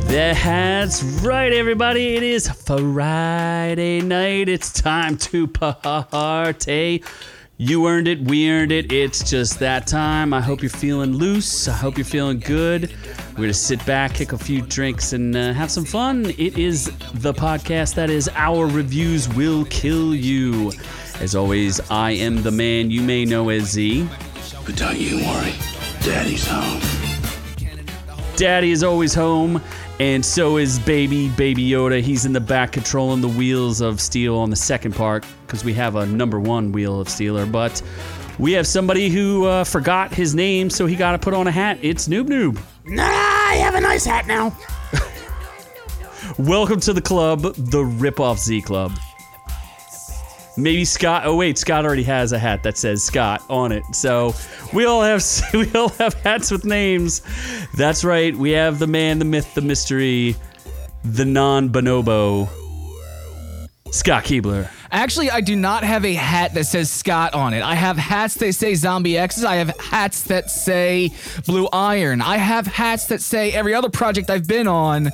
That's right, everybody. It is Friday night. It's time to party. You earned it. We earned it. It's just that time. I hope you're feeling loose. I hope you're feeling good. We're going to sit back, kick a few drinks, and uh, have some fun. It is the podcast that is Our Reviews Will Kill You. As always, I am the man you may know as Z. But don't you worry, Daddy's home. Daddy is always home, and so is baby, baby Yoda. He's in the back controlling the wheels of steel on the second part because we have a number one wheel of steeler. But we have somebody who uh, forgot his name, so he got to put on a hat. It's Noob Noob. Nah, I have a nice hat now. Welcome to the club, the Ripoff Z Club. Maybe Scott. Oh wait, Scott already has a hat that says Scott on it. So we all have we all have hats with names. That's right. We have the man, the myth, the mystery, the non-bonobo, Scott Keebler. Actually, I do not have a hat that says Scott on it. I have hats that say Zombie X's. I have hats that say Blue Iron. I have hats that say every other project I've been on,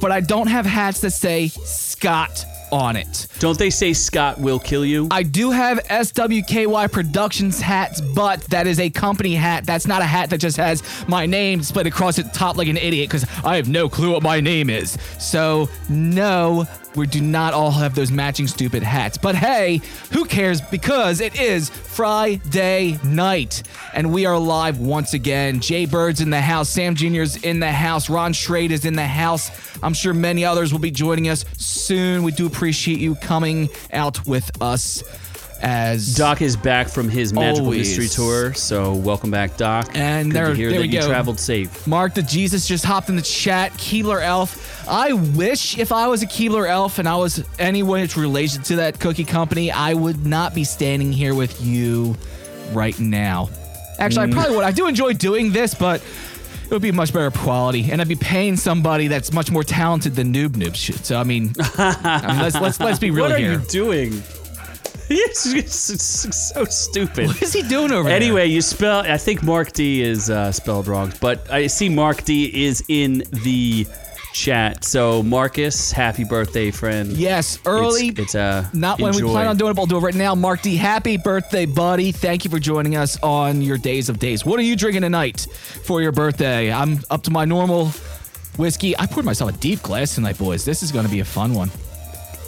but I don't have hats that say Scott on it. Don't they say Scott will kill you? I do have SWKY Productions hats, but that is a company hat. That's not a hat that just has my name split across the top like an idiot because I have no clue what my name is. So, no, we do not all have those matching stupid hats. But hey, who cares because it is Friday night and we are live once again. Jay Bird's in the house, Sam Jr.'s in the house, Ron Schrade is in the house. I'm sure many others will be joining us soon. We do appreciate you coming out with us as Doc is back from his magical Always. mystery tour, so welcome back, Doc. And Good to there- hear there that we you go. traveled safe. Mark the Jesus just hopped in the chat. Keebler Elf. I wish if I was a Keebler Elf and I was anyone that's related to that cookie company, I would not be standing here with you right now. Actually, Mm. I probably would. I do enjoy doing this, but it would be much better quality, and I'd be paying somebody that's much more talented than Noob Noob shit. So I mean, I mean, let's, let's let's be real what are here. you doing? It's just- it's so stupid. what is he doing over there? Anyway, you spell. I think Mark D is uh, spelled wrong, but I see Mark D is in the chat. So Marcus, happy birthday, friend. yes, It's- early It's, uh, Not when we enjoy. plan on doing it, but I'll do it right now. Mark D, happy birthday, buddy. Thank you for joining us on your days of days. What are you drinking tonight for your birthday? I'm up to my normal whiskey. I poured myself a deep glass tonight, boys. This is going to be a fun one.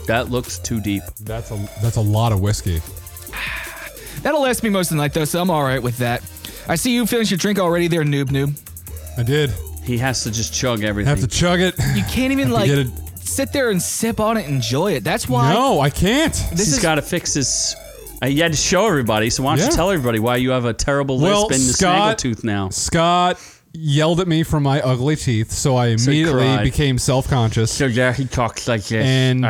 That looks too deep. That's a that's a lot of whiskey. That'll last me most of the night, though, so I'm all right with that. I see you finished your drink already there, Noob Noob. I did He has to just chug everything. have to chug it. You can't even, Have like, to get sit there and sip on it and enjoy it. That's why. No, I can't. This He's is got to fix his. Uh, you had to show everybody, so why don't you Yeah. tell everybody why you have a terrible Well, lisp and Scott- a snaggletooth now? Scott yelled at me for my ugly teeth, so I So he immediately cried. became self conscious, So yeah, he talks like this. and uh,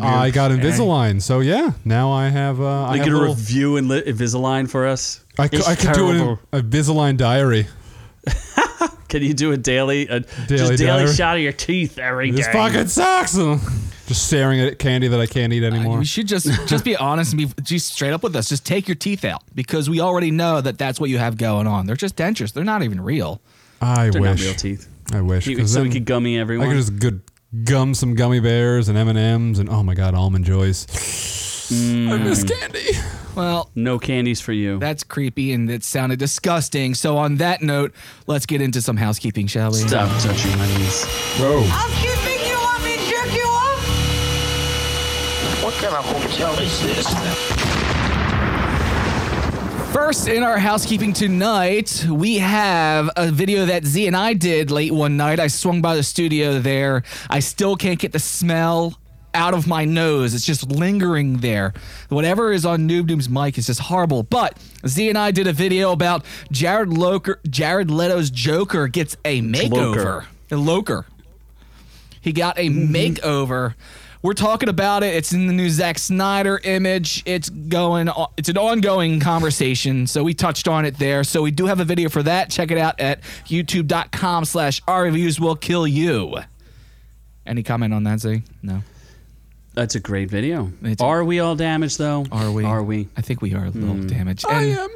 I got Invisalign. So yeah, now I have. Uh, I You have get a little- review and li- Invisalign for us. I, c- It's I could do an terrible. Invisalign diary. Can you do a daily, a Daily just daily diary. shot of your teeth every day? This fucking sucks. Just staring at candy that I can't eat anymore. You should just just be honest and be just straight up with us. Just take your teeth out because we already know that that's what you have going on. They're just dentures. They're not even real. I They're not wish. real teeth. I wish. You- 'cause so we then could gummy I everyone. could just good gum some gummy bears and M and M's and oh my god, almond joys. Mm. I miss candy. Well, no candies for you. that's creepy and it sounded disgusting. So on that note, let's get into some housekeeping, shall we? Stop touching my knees. Housekeeping, you want me to jerk you off? What kind of hotel is this? First in our housekeeping tonight, we have a video that Z and I did late one night. I swung by the studio there. I still can't get the smell out of my nose. It's just lingering there. Whatever is on Noob Noob's mic is just horrible. But Z and I did a video about Jared Loker, Jared Leto's Joker gets a makeover. A Loker. He got a makeover. We're talking about it. It's in the new Zack Snyder image. It's going. o- It's an ongoing conversation. So we touched on it there. So we do have a video for that. Check it out at YouTube.com/slash Our reviews will kill you. Any comment on that, Z? No. That's a great video. It's- Are we all damaged though? Are we? Hmm. Are we? I think we are a little damaged. I And am.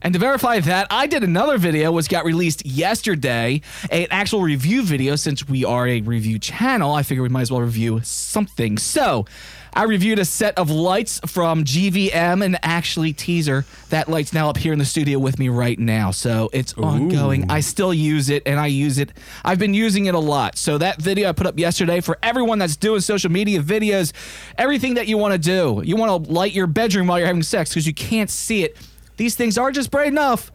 And to verify that, I did another video which got released yesterday, an actual review video. Since we are a review channel, I figure we might as well review something. So, I reviewed a set of lights from GVM and actually teaser that light's now up here in the studio with me right now. So it's ongoing. I still use it and I use it. I've been using it a lot. So that video I put up yesterday for everyone that's doing social media videos, everything that you want to do. You want to light your bedroom while you're having sex because you can't see it. These things are just bright enough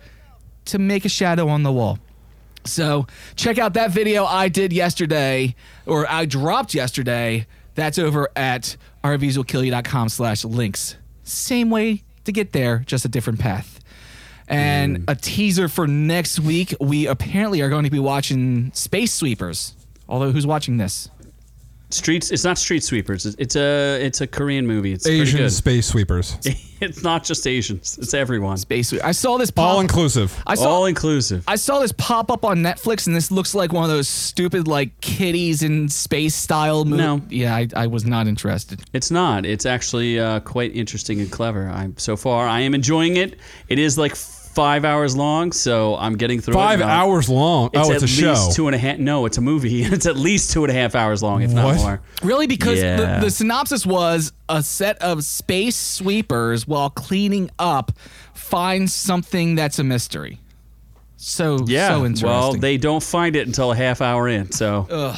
to make a shadow on the wall. So check out that video I did yesterday, or I dropped yesterday. That's over at rvswillkillyou.com slash links. Same way to get there, just a different path. And a teaser for next week, we apparently are going to be watching Space Sweepers. Although, who's watching this? Streets. It's not Street Sweepers. It's, it's a it's a Korean movie. It's pretty Asian good. space sweepers. it's not just Asians. It's everyone. Space Sweepers. I saw this pop. All inclusive. I saw All inclusive. I saw this pop up on Netflix, and this looks like one of those stupid, like kitties in space style movies. No. yeah, I, I was not interested. It's not. It's actually uh, quite interesting and clever. I'm so far. I am enjoying it. It is like five hours long, so I'm getting through. it. Five Uh, hours long. It's oh, at it's a least show. two and a half. No, it's a movie. It's at least two and a half hours long, if not What? more. Really, because Yeah. the, the synopsis was a set of space sweepers while cleaning up find something that's a mystery. So Yeah. so interesting. well, they don't find it until a half hour in, so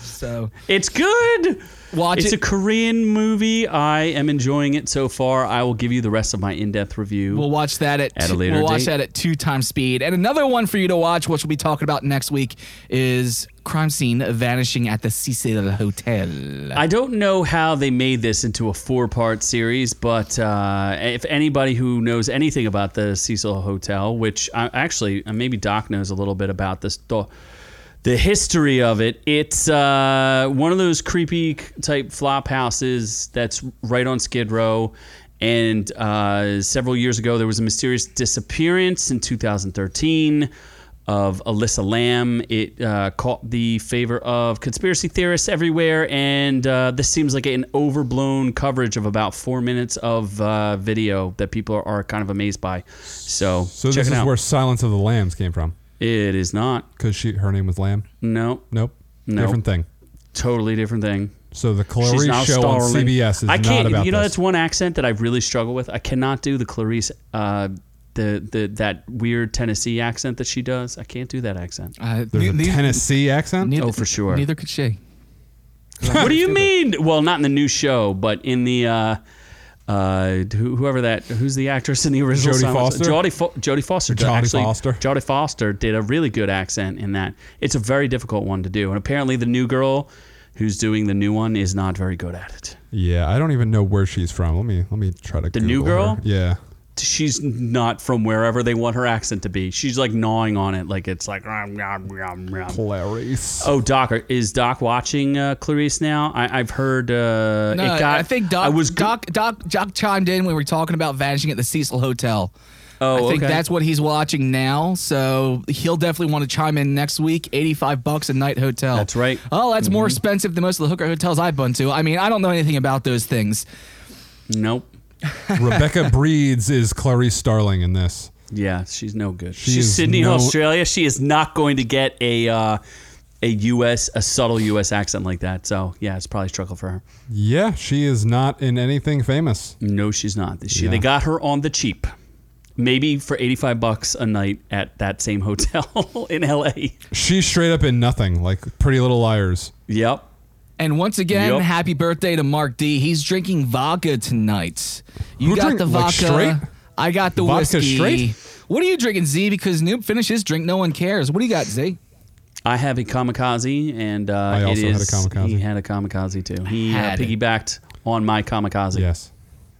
so it's good. watch it's it. a Korean movie. I am enjoying it so far. I will give you the rest of my in-depth review. We'll watch that at, At a two, later we'll watch date. that at two times speed. And another one for you to watch, which we'll be talking about next week, is crime scene vanishing at the Cecil Hotel. I don't know how they made this into a four-part series, but uh, if anybody who knows anything about the Cecil Hotel, which I, actually uh, maybe Doc knows a little bit about this, the, the history of it, it's uh, one of those creepy c- type flop houses that's right on Skid Row. And uh, several years ago, there was a mysterious disappearance in 2013 of Alyssa Lamb. It uh, caught the favor of conspiracy theorists everywhere, and uh, this seems like an overblown coverage of about four minutes of uh, video that people are, are kind of amazed by. So, so check this it is out. where Silence of the Lambs came from, it is not. because she her name was Lamb. No, Nope. No. Different thing. totally different thing. So the She's Clarice not show on Starling. CBS is I can't. not about you know, this. that's one accent that I really struggle with. I cannot do the Clarice. Uh, the, the that weird Tennessee accent that she does, I can't do that accent. Uh, There's ne- a ne- Tennessee accent. neither- Oh, for sure. Neither could she. what do you mean? Well, not in the new show, but in the uh, uh, who- whoever that who's the actress in the original. Jodie Silence- Foster? Jodie, Fo- Jodie Foster. did- Jodie actually, Foster. Jodie Foster did a really good accent in that. It's a very difficult one to do, and apparently the new girl who's doing the new one is not very good at it. Yeah, I don't even know where she's from. Let me let me try to. The new girl? Yeah. She's not from wherever they want her accent to be. She's like gnawing on it, like it's like. "Rum, rum, rum, rum." Clarice. Oh, Doc, are- is Doc watching uh, Clarice now? I, I've heard uh, No, it got. I think Doc, I was go- Doc, Doc, Doc chimed in when we were talking about vanishing at the Cecil Hotel. Oh, I think okay. that's what he's watching now, so he'll definitely want to chime in next week. Eighty-five bucks a night hotel. That's right. Mm-hmm. Oh, that's more expensive than most of the hooker hotels I've been to. I mean, I don't know anything about those things. Nope. Rebecca Breeds is Clarice Starling in this. Yeah, she's no good. is she's Sydney, no- Australia. She is not going to get a uh, a U.S. a subtle U.S. accent like that. So yeah, it's probably a struggle for her. Yeah, she is not in anything famous. No, she's not. She Yeah. they got her on the cheap, maybe for eighty five bucks a night at that same hotel in L.A. She's straight up in nothing, like Pretty Little Liars. Yep. And once again, Yep. happy birthday to Mark D. He's drinking vodka tonight. You Who got drink- the like, vodka. straight? I got the Vodka whiskey. straight? What are you drinking, Z? Because Noob finished his drink, no one cares. What do you got, Z? I have a kamikaze, and uh, I also it had a is- kamikaze. He had a kamikaze too. He uh, Had it. piggybacked on my kamikaze. Yes.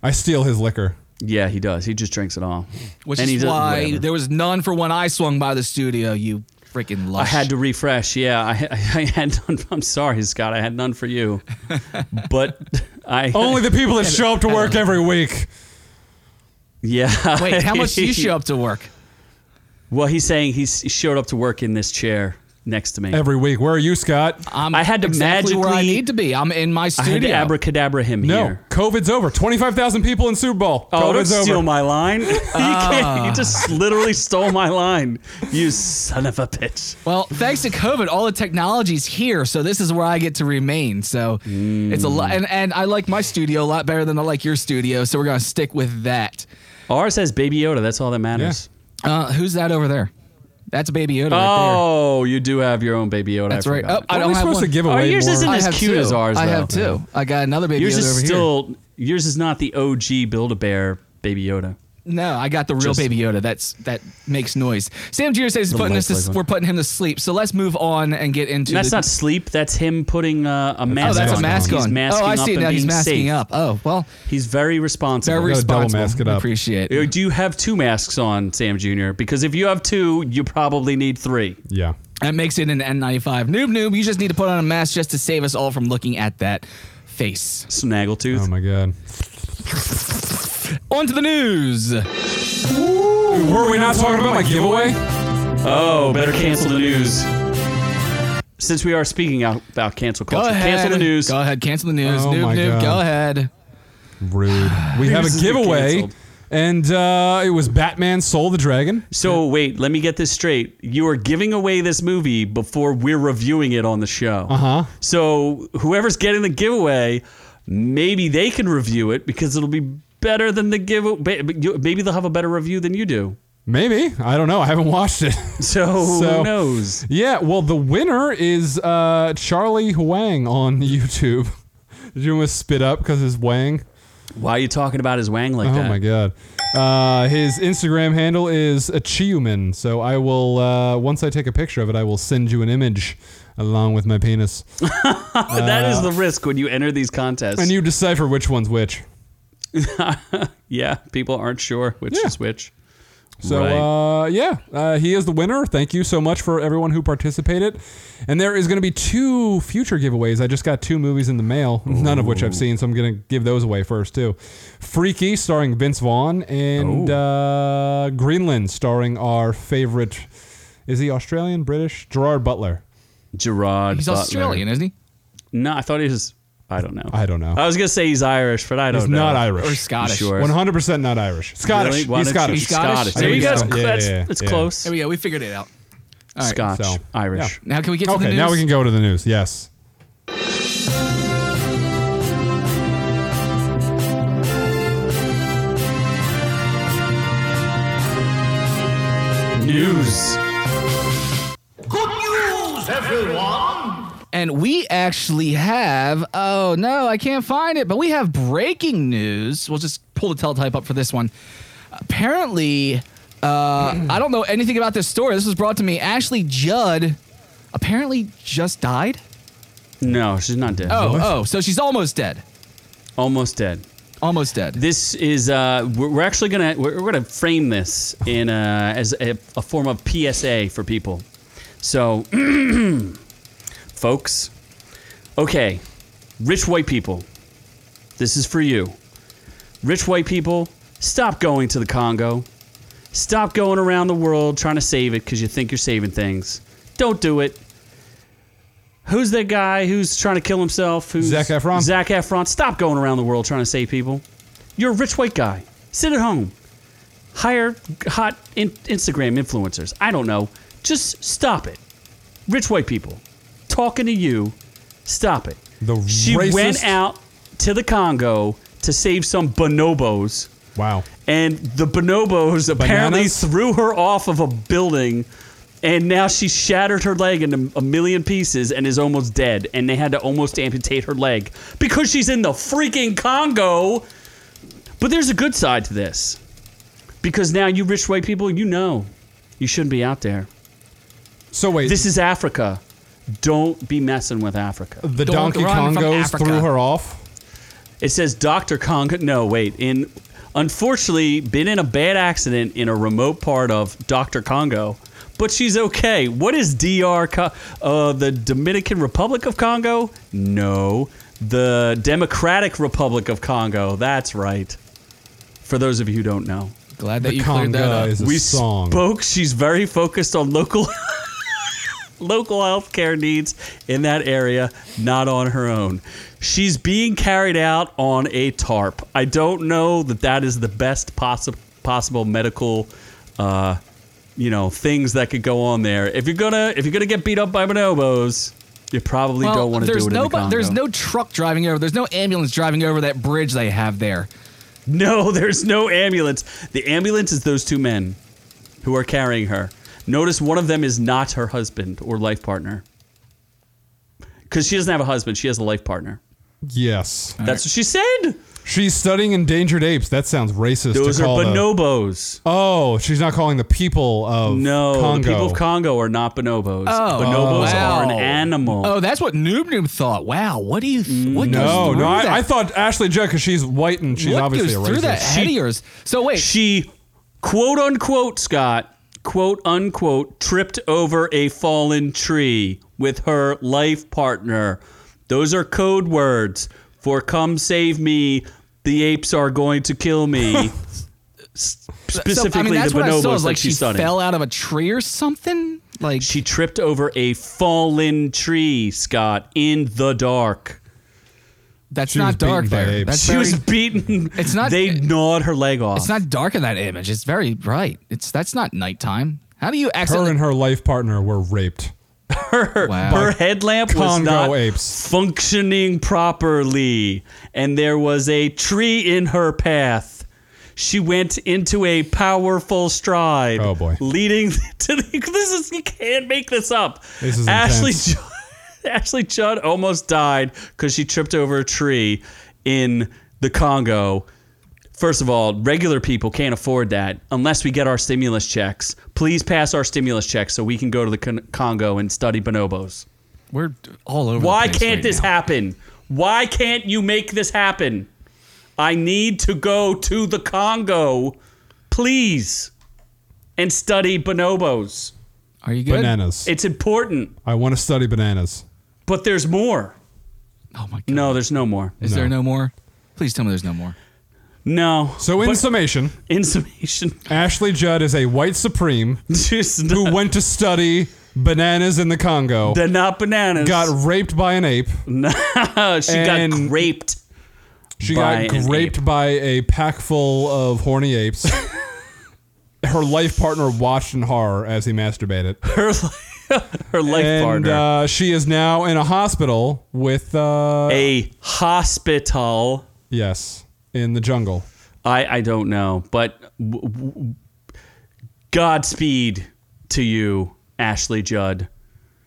I steal his liquor. Yeah, he does. He just drinks it all, Which And he is does- why whatever. there was none for when I swung by the studio. You freaking I lush. had to refresh. Yeah, I, I had none. I'm sorry, Scott. I had none for you, but I Only the people that show up to work every week. yeah. Wait, how much do you show up to work? Well, he's saying he's, he showed up to work in this chair. next to me. every week. Where are you, Scott? I'm I had to exactly where I magically- need to be. I'm in my I had studio. to abracadabra him no, here. COVID's over. Twenty-five thousand people in Super Bowl. Oh, don't COVID's over. steal my line. you, Ah. can't, you just literally stole my line. You son of a bitch. well, thanks to COVID, all the technology's here, so this is where I get to remain. So it's a Mm. lot, and, and I like my studio a lot better than I like your studio. So we're gonna stick with that. Ours has Baby Yoda. That's all that matters. Uh, who's that over there? That's Baby Yoda right Oh, you do have your own Baby Yoda. there. That's I right. forgot. Oh, I What are don't we have supposed one. to give Oh, away yours more? isn't I as have cute two. as ours, I have though. two. I got another Baby yours Yoda is over here. still yours is not the OG Build a Bear Baby Yoda. No, I got the real Just- Baby Yoda. That's that makes noise. Sam Jr. says he's putting us. lifelike To, one. we're putting him to sleep. So let's move on and get into. And that's the, not sleep. That's him putting uh, a mask. Oh, that's on. a mask He's on. masking oh, I up see and now. He's being masking safe. up. Oh well, He's very responsible. very gotta double responsible. mask it up. Appreciate. You It. do have two masks on, Sam Jr. Because if you have two, you probably need three. Yeah. That makes it an N95. Noob, noob. You just need to put on a mask just to save us all from looking at that face. Snaggletooth. Oh my God. On to the news. Were we not talking about my giveaway? Oh, better cancel the news. Since we are speaking out about cancel Go culture, ahead. cancel the news. Go ahead. Cancel the news. Oh noob, my noob. God. Go ahead. Rude. We have This a is giveaway, canceled. and uh, it was Batman Soul of the Dragon. So wait, let me get this straight. You are giving away this movie before we're reviewing it on the show. Uh huh. So whoever's getting the giveaway, maybe they can review it because it'll be better than the give. ba- you- Maybe they'll have a better review than you do. Maybe I don't know. I haven't watched it. So, So- who knows? yeah. Well, the winner is uh, Charlie Huang on YouTube. Did you almost spit up because his Wang? Why are you talking about his wang like Oh that? my god. Uh, his Instagram handle is Achievement. So I will uh, once I take a picture of it, I will send you an image along with my penis, Oh, that is the risk when you enter these contests. and you decipher which one's which. yeah, people aren't sure which Yeah. is which. So uh, yeah, uh, he is the winner. Thank you so much for everyone who participated. And there is going to be two future giveaways. I just got two movies in the mail, none of which I've seen, so I'm going to give those away first too. Freaky, starring Vince Vaughn, Oh. and uh, Greenland, starring our favorite. Is he Australian, British? Gerard Butler. Gerard. He's Butler. Australian, isn't he? No, I thought he was. I don't know. I don't know. I was gonna say he's Irish, but I don't He's know. not Or Irish. Scottish. sure? 100% not Irish. Really? Scottish. Why He's don't you- Scottish. He's Scottish? There you go. Scottish. Yeah, That's, yeah, that's yeah. close. There we go. We figured it out. All right. Scotch, so, Irish. Now can we get to the Okay, news? now we can go to the news. Yes. News. And we actually have, oh no, I can't find it, but we have breaking news. We'll just pull the teletype up for this one. Apparently, uh, I don't know anything about this story. This was brought to me. Ashley Judd apparently just died. No, she's not dead. Oh, oh, so she's almost dead. almost dead. Almost dead. This is uh, we're, we're actually gonna we're, we're gonna frame this in uh, as a, a form of PSA for people. So, folks, okay, rich white people, this is for you. Rich white people, stop going to the Congo. Stop going around the world trying to save it because you think you're saving things. Don't do it. Who's that guy who's trying to kill himself? Who's Zac Efron. Zac Efron. Stop going around the world trying to save people. You're a rich white guy. Sit at home. Hire hot in- Instagram influencers. I don't know. Just stop it. Rich white people talking to you. Stop it. The She racist- went out to the Congo to save some bonobos, Wow. and the bonobos apparently Bananas? threw her off of a building, and now she shattered her leg into a million pieces and is almost dead. And they had to almost amputate her leg because she's in the freaking Congo. But there's a good side to this, because now you rich white people, you know, you shouldn't be out there. So wait. This is Africa. Don't be messing with Africa. the Don't Donkey run from Kongos Africa. threw her off. It says Dr. Congo. No, wait. In unfortunately, been in a bad accident in a remote part of Dr. Congo, but she's okay. What is DR? Co- uh, the Dominican Republic of Congo? No, the Democratic Republic of Congo. That's right. For those of you who don't know, Glad that The you cleared that Conga up. is a we song. spoke. She's very focused on local. local health care needs in that area, not on her own. She's being carried out on a tarp. I don't know that that is the best possible possible medical uh, you know things that could go on there. If you're gonna if you're gonna get beat up by bonobos, you probably don't want to do it there's in no the Congo. there's no truck driving over. There's no ambulance driving over that bridge they have there. No, there's no ambulance. The ambulance is those two men who are carrying her. Notice one of them is not her husband or life partner. Because she doesn't have a husband, she has a life partner. Yes. That's what she said. She's studying endangered apes. That sounds racist. Those to are call the- bonobos. oh, she's not calling the people of No, Oh, Congo. the people of Congo are not bonobos. Oh. bonobos Wow. are an animal. Oh, that's what Noob Noob thought. Wow, what do you th- what no, goes Oh, no. through that? I, I thought Ashley Judd because she's white and she's what obviously goes a through racist. that head of She- yours? So wait, She, quote unquote, Scott, quote unquote, tripped over a fallen tree with her life partner. Those are code words for come save me. The apes are going to kill me. S- Specifically, so, I mean, that's the what I saw bonobos is that like she she's studying. fell out of a tree or something. Like She tripped over a fallen tree, Scott, in the dark. that's She was not dark beaten by there. apes. That's She very, was beaten. It's not- They gnawed her leg off. it's not dark in that image. It's very bright. It's that's not nighttime. How do you her accidentally? and her life partner were raped. her, Wow. her headlamp was Congo not apes. functioning properly, and there was a tree in her path. She went into a powerful stride. Oh, boy. Leading to the, this is you can't make this up. This is Ashley. intense. Judd, Ashley Judd almost died because she tripped over a tree in the Congo. First of all, regular people can't afford that unless we get our stimulus checks. Please pass our stimulus checks so we can go to the Con- Congo and study bonobos. We're all over. Why the place can't right this now. happen? Why can't you make this happen? I need to go to the Congo, please, and study bonobos. Are you good? Bananas. It's important, I want to study bananas. but there's more. Oh my god. No, there's no more. Is there no more? Please tell me there's no more. No. So, in But summation, in summation, Ashley Judd is a white supreme just who went to study bananas in the Congo, they're not bananas. got raped by an ape. Uh, she got and- raped. She By got an raped ape. by a pack full of horny apes. Her life partner watched in horror as he masturbated. Her, her life and partner. uh, she is now in a hospital with. Uh, a hospital. yes, in the jungle. I, I don't know, but w- w- w- Godspeed to you, Ashley Judd.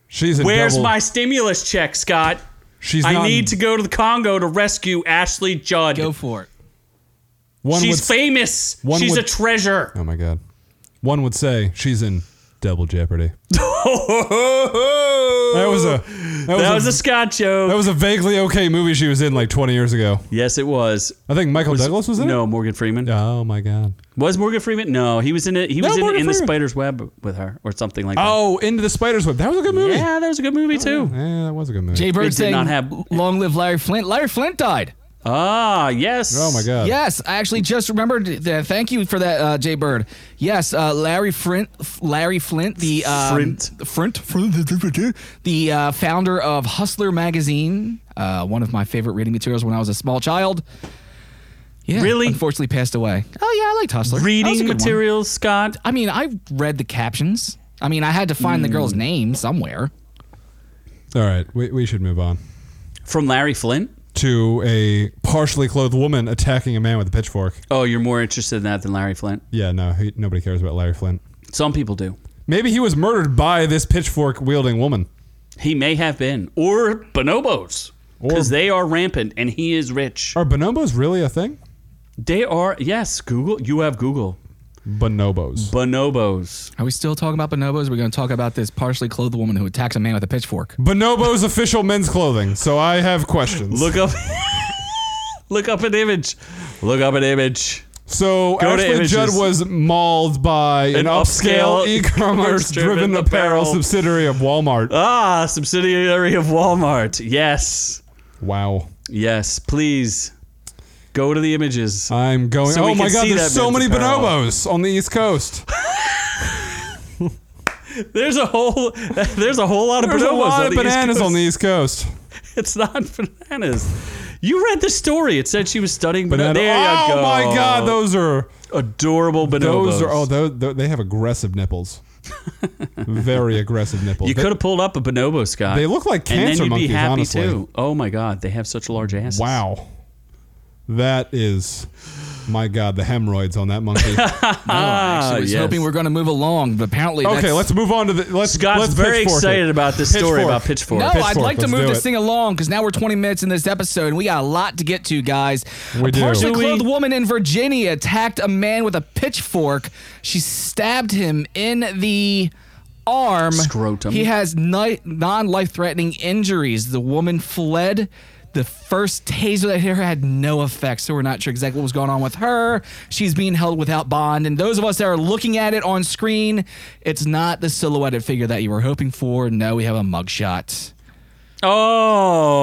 She's a Where's double- my stimulus check, Scott? She's I not need to go to the Congo to rescue Ashley Judd. Go for it. One She's would- famous. one She's would- a treasure. Oh my god. One would say she's in double jeopardy. That was a that, that was, was a a, Scott joke. that was a vaguely okay movie she was in like 20 years ago. yes, it was. I think Michael Douglas was in no, it. Morgan Freeman. Oh my god. Was Morgan Freeman? No, he was in it. He was in, Morgan in the Freeman. Spider's Web with her, or something like Oh, Into the Spider's Web. That was a good that. movie. Yeah, that was a good movie too. Yeah, that was a good movie. Jay Bird did saying, not have- "Long live Larry Flint." Larry Flint died. Ah, yes. oh my god. Yes, I actually just remembered. That. Thank you for that, uh, Jay Bird. Yes, uh, Larry Flint, Larry Flint, the um, Frint. Frint, Frint, the uh, founder of Hustler magazine, uh, one of my favorite reading materials when I was a small child. Yeah, Really? Unfortunately, passed away. Oh yeah, I liked Hustler. That was a Reading good one. materials, Scott. I mean, I read the captions. I mean, I had to find the Hmm. girl's name somewhere. All right, we, we should move on From Larry Flint? to a partially clothed woman attacking a man with a pitchfork. Oh, you're more interested in that than Larry Flint. Yeah, no, he, nobody cares about Larry Flint. Some people do. Maybe he was murdered by this pitchfork wielding woman. He may have been. Or bonobos. Because Or- they are rampant and he is rich. Are bonobos really a thing? They are, yes, Google. You have Google. Bonobos. Bonobos. Are we still talking about bonobos? We're going to talk about this partially clothed woman who attacks a man with a pitchfork. Bonobos official men's clothing. So I have questions. Look up. look up an image. Look up an image. So Go to Ashley images. Judd was mauled by an, An upscale, upscale e-commerce-driven e-commerce-driven apparel apparel. subsidiary of Walmart. Ah, subsidiary of Walmart. Yes. wow. Yes. Please go to the images. I'm going. So we oh my can God! see There's that so man's many apparel. bonobos on the East Coast. There's a whole there's a whole lot of There's a bonobos lot on of the East bananas on Coast. the East Coast. It's not bananas. You read the story. It said she was studying Banana. bananas. There oh you go. my God, those are adorable bonobos. those are oh those, tho- they have aggressive nipples. Very aggressive nipples. you They- could have pulled up a bonobo, Scott. They look like and then cancer you'd monkeys, be happy honestly. too. Oh my God, they have such large asses. Wow. That is my God, the hemorrhoids on that monkey. I was Ah, yes. hoping we are going to move along, but apparently okay, that's- let's move on to the let's Scott's let's very pitchfork excited it. about this story about Pitchfork. No, I'd Pitchfork, like to let's move do this it. thing along because now we're 20 minutes in this episode and we got a lot to get to, guys. We a do. partially Do we- clothed woman in Virginia attacked a man with a pitchfork. She stabbed him in the arm. Scrotum. He has ni- non-life-threatening injuries. The woman fled. The first taser that hit her had no effect, so we're not sure exactly what was going on with her. She's being held without bond, and those of us that are looking at it on screen, it's not the silhouetted figure that you were hoping for. No, we have a mugshot. Oh,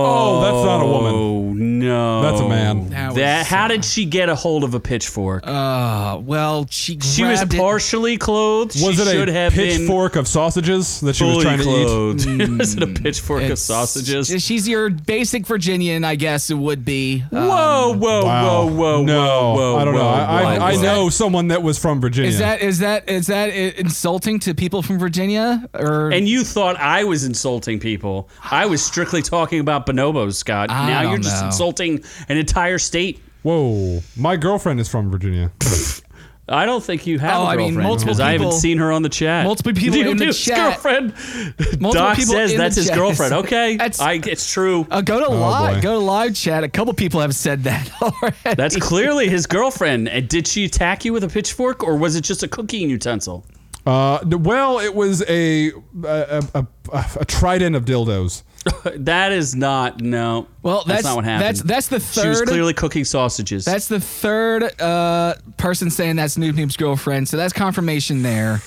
Oh, that's not a woman. Oh no, That's a man. That That, was, how did she get a hold of a pitchfork? Uh, well, she she was grabbed it- partially clothed. Was she should it a have been pitchfork of sausages that she was fully trying to eat? clothed. was it a pitchfork of Hmm. it's- sausages? She's your basic Virginian, I guess it would be. Um, whoa, whoa, Wow. whoa, whoa, no, whoa, whoa! I don't know. whoa, I, whoa, I, I whoa. know someone that was from Virginia. Is that is that is that i- insulting to people from Virginia or And you thought I was insulting people. I was strictly talking about bonobos, Scott. I now don't you're just know. insulting an entire state. Whoa, my girlfriend is from Virginia. I don't think you have Oh, a I mean, girlfriend multiple because I haven't people- seen her on the chat. multiple people You in the do, chat. Girlfriend. multiple Doc people says in that's the his chat? girlfriend. Okay, That's- I, it's true. Uh, go to boy. live, go to live chat. A couple people have said that already. That's clearly his girlfriend. And did she attack you with a pitchfork, or was it just a cooking utensil? Uh, d- well, it was a a, a, a a trident of dildos. That is not no. well, that's not what happened. That's that's the third. she was clearly cooking sausages. that's the third uh, person saying that's Noob Noob's girlfriend. So that's confirmation there.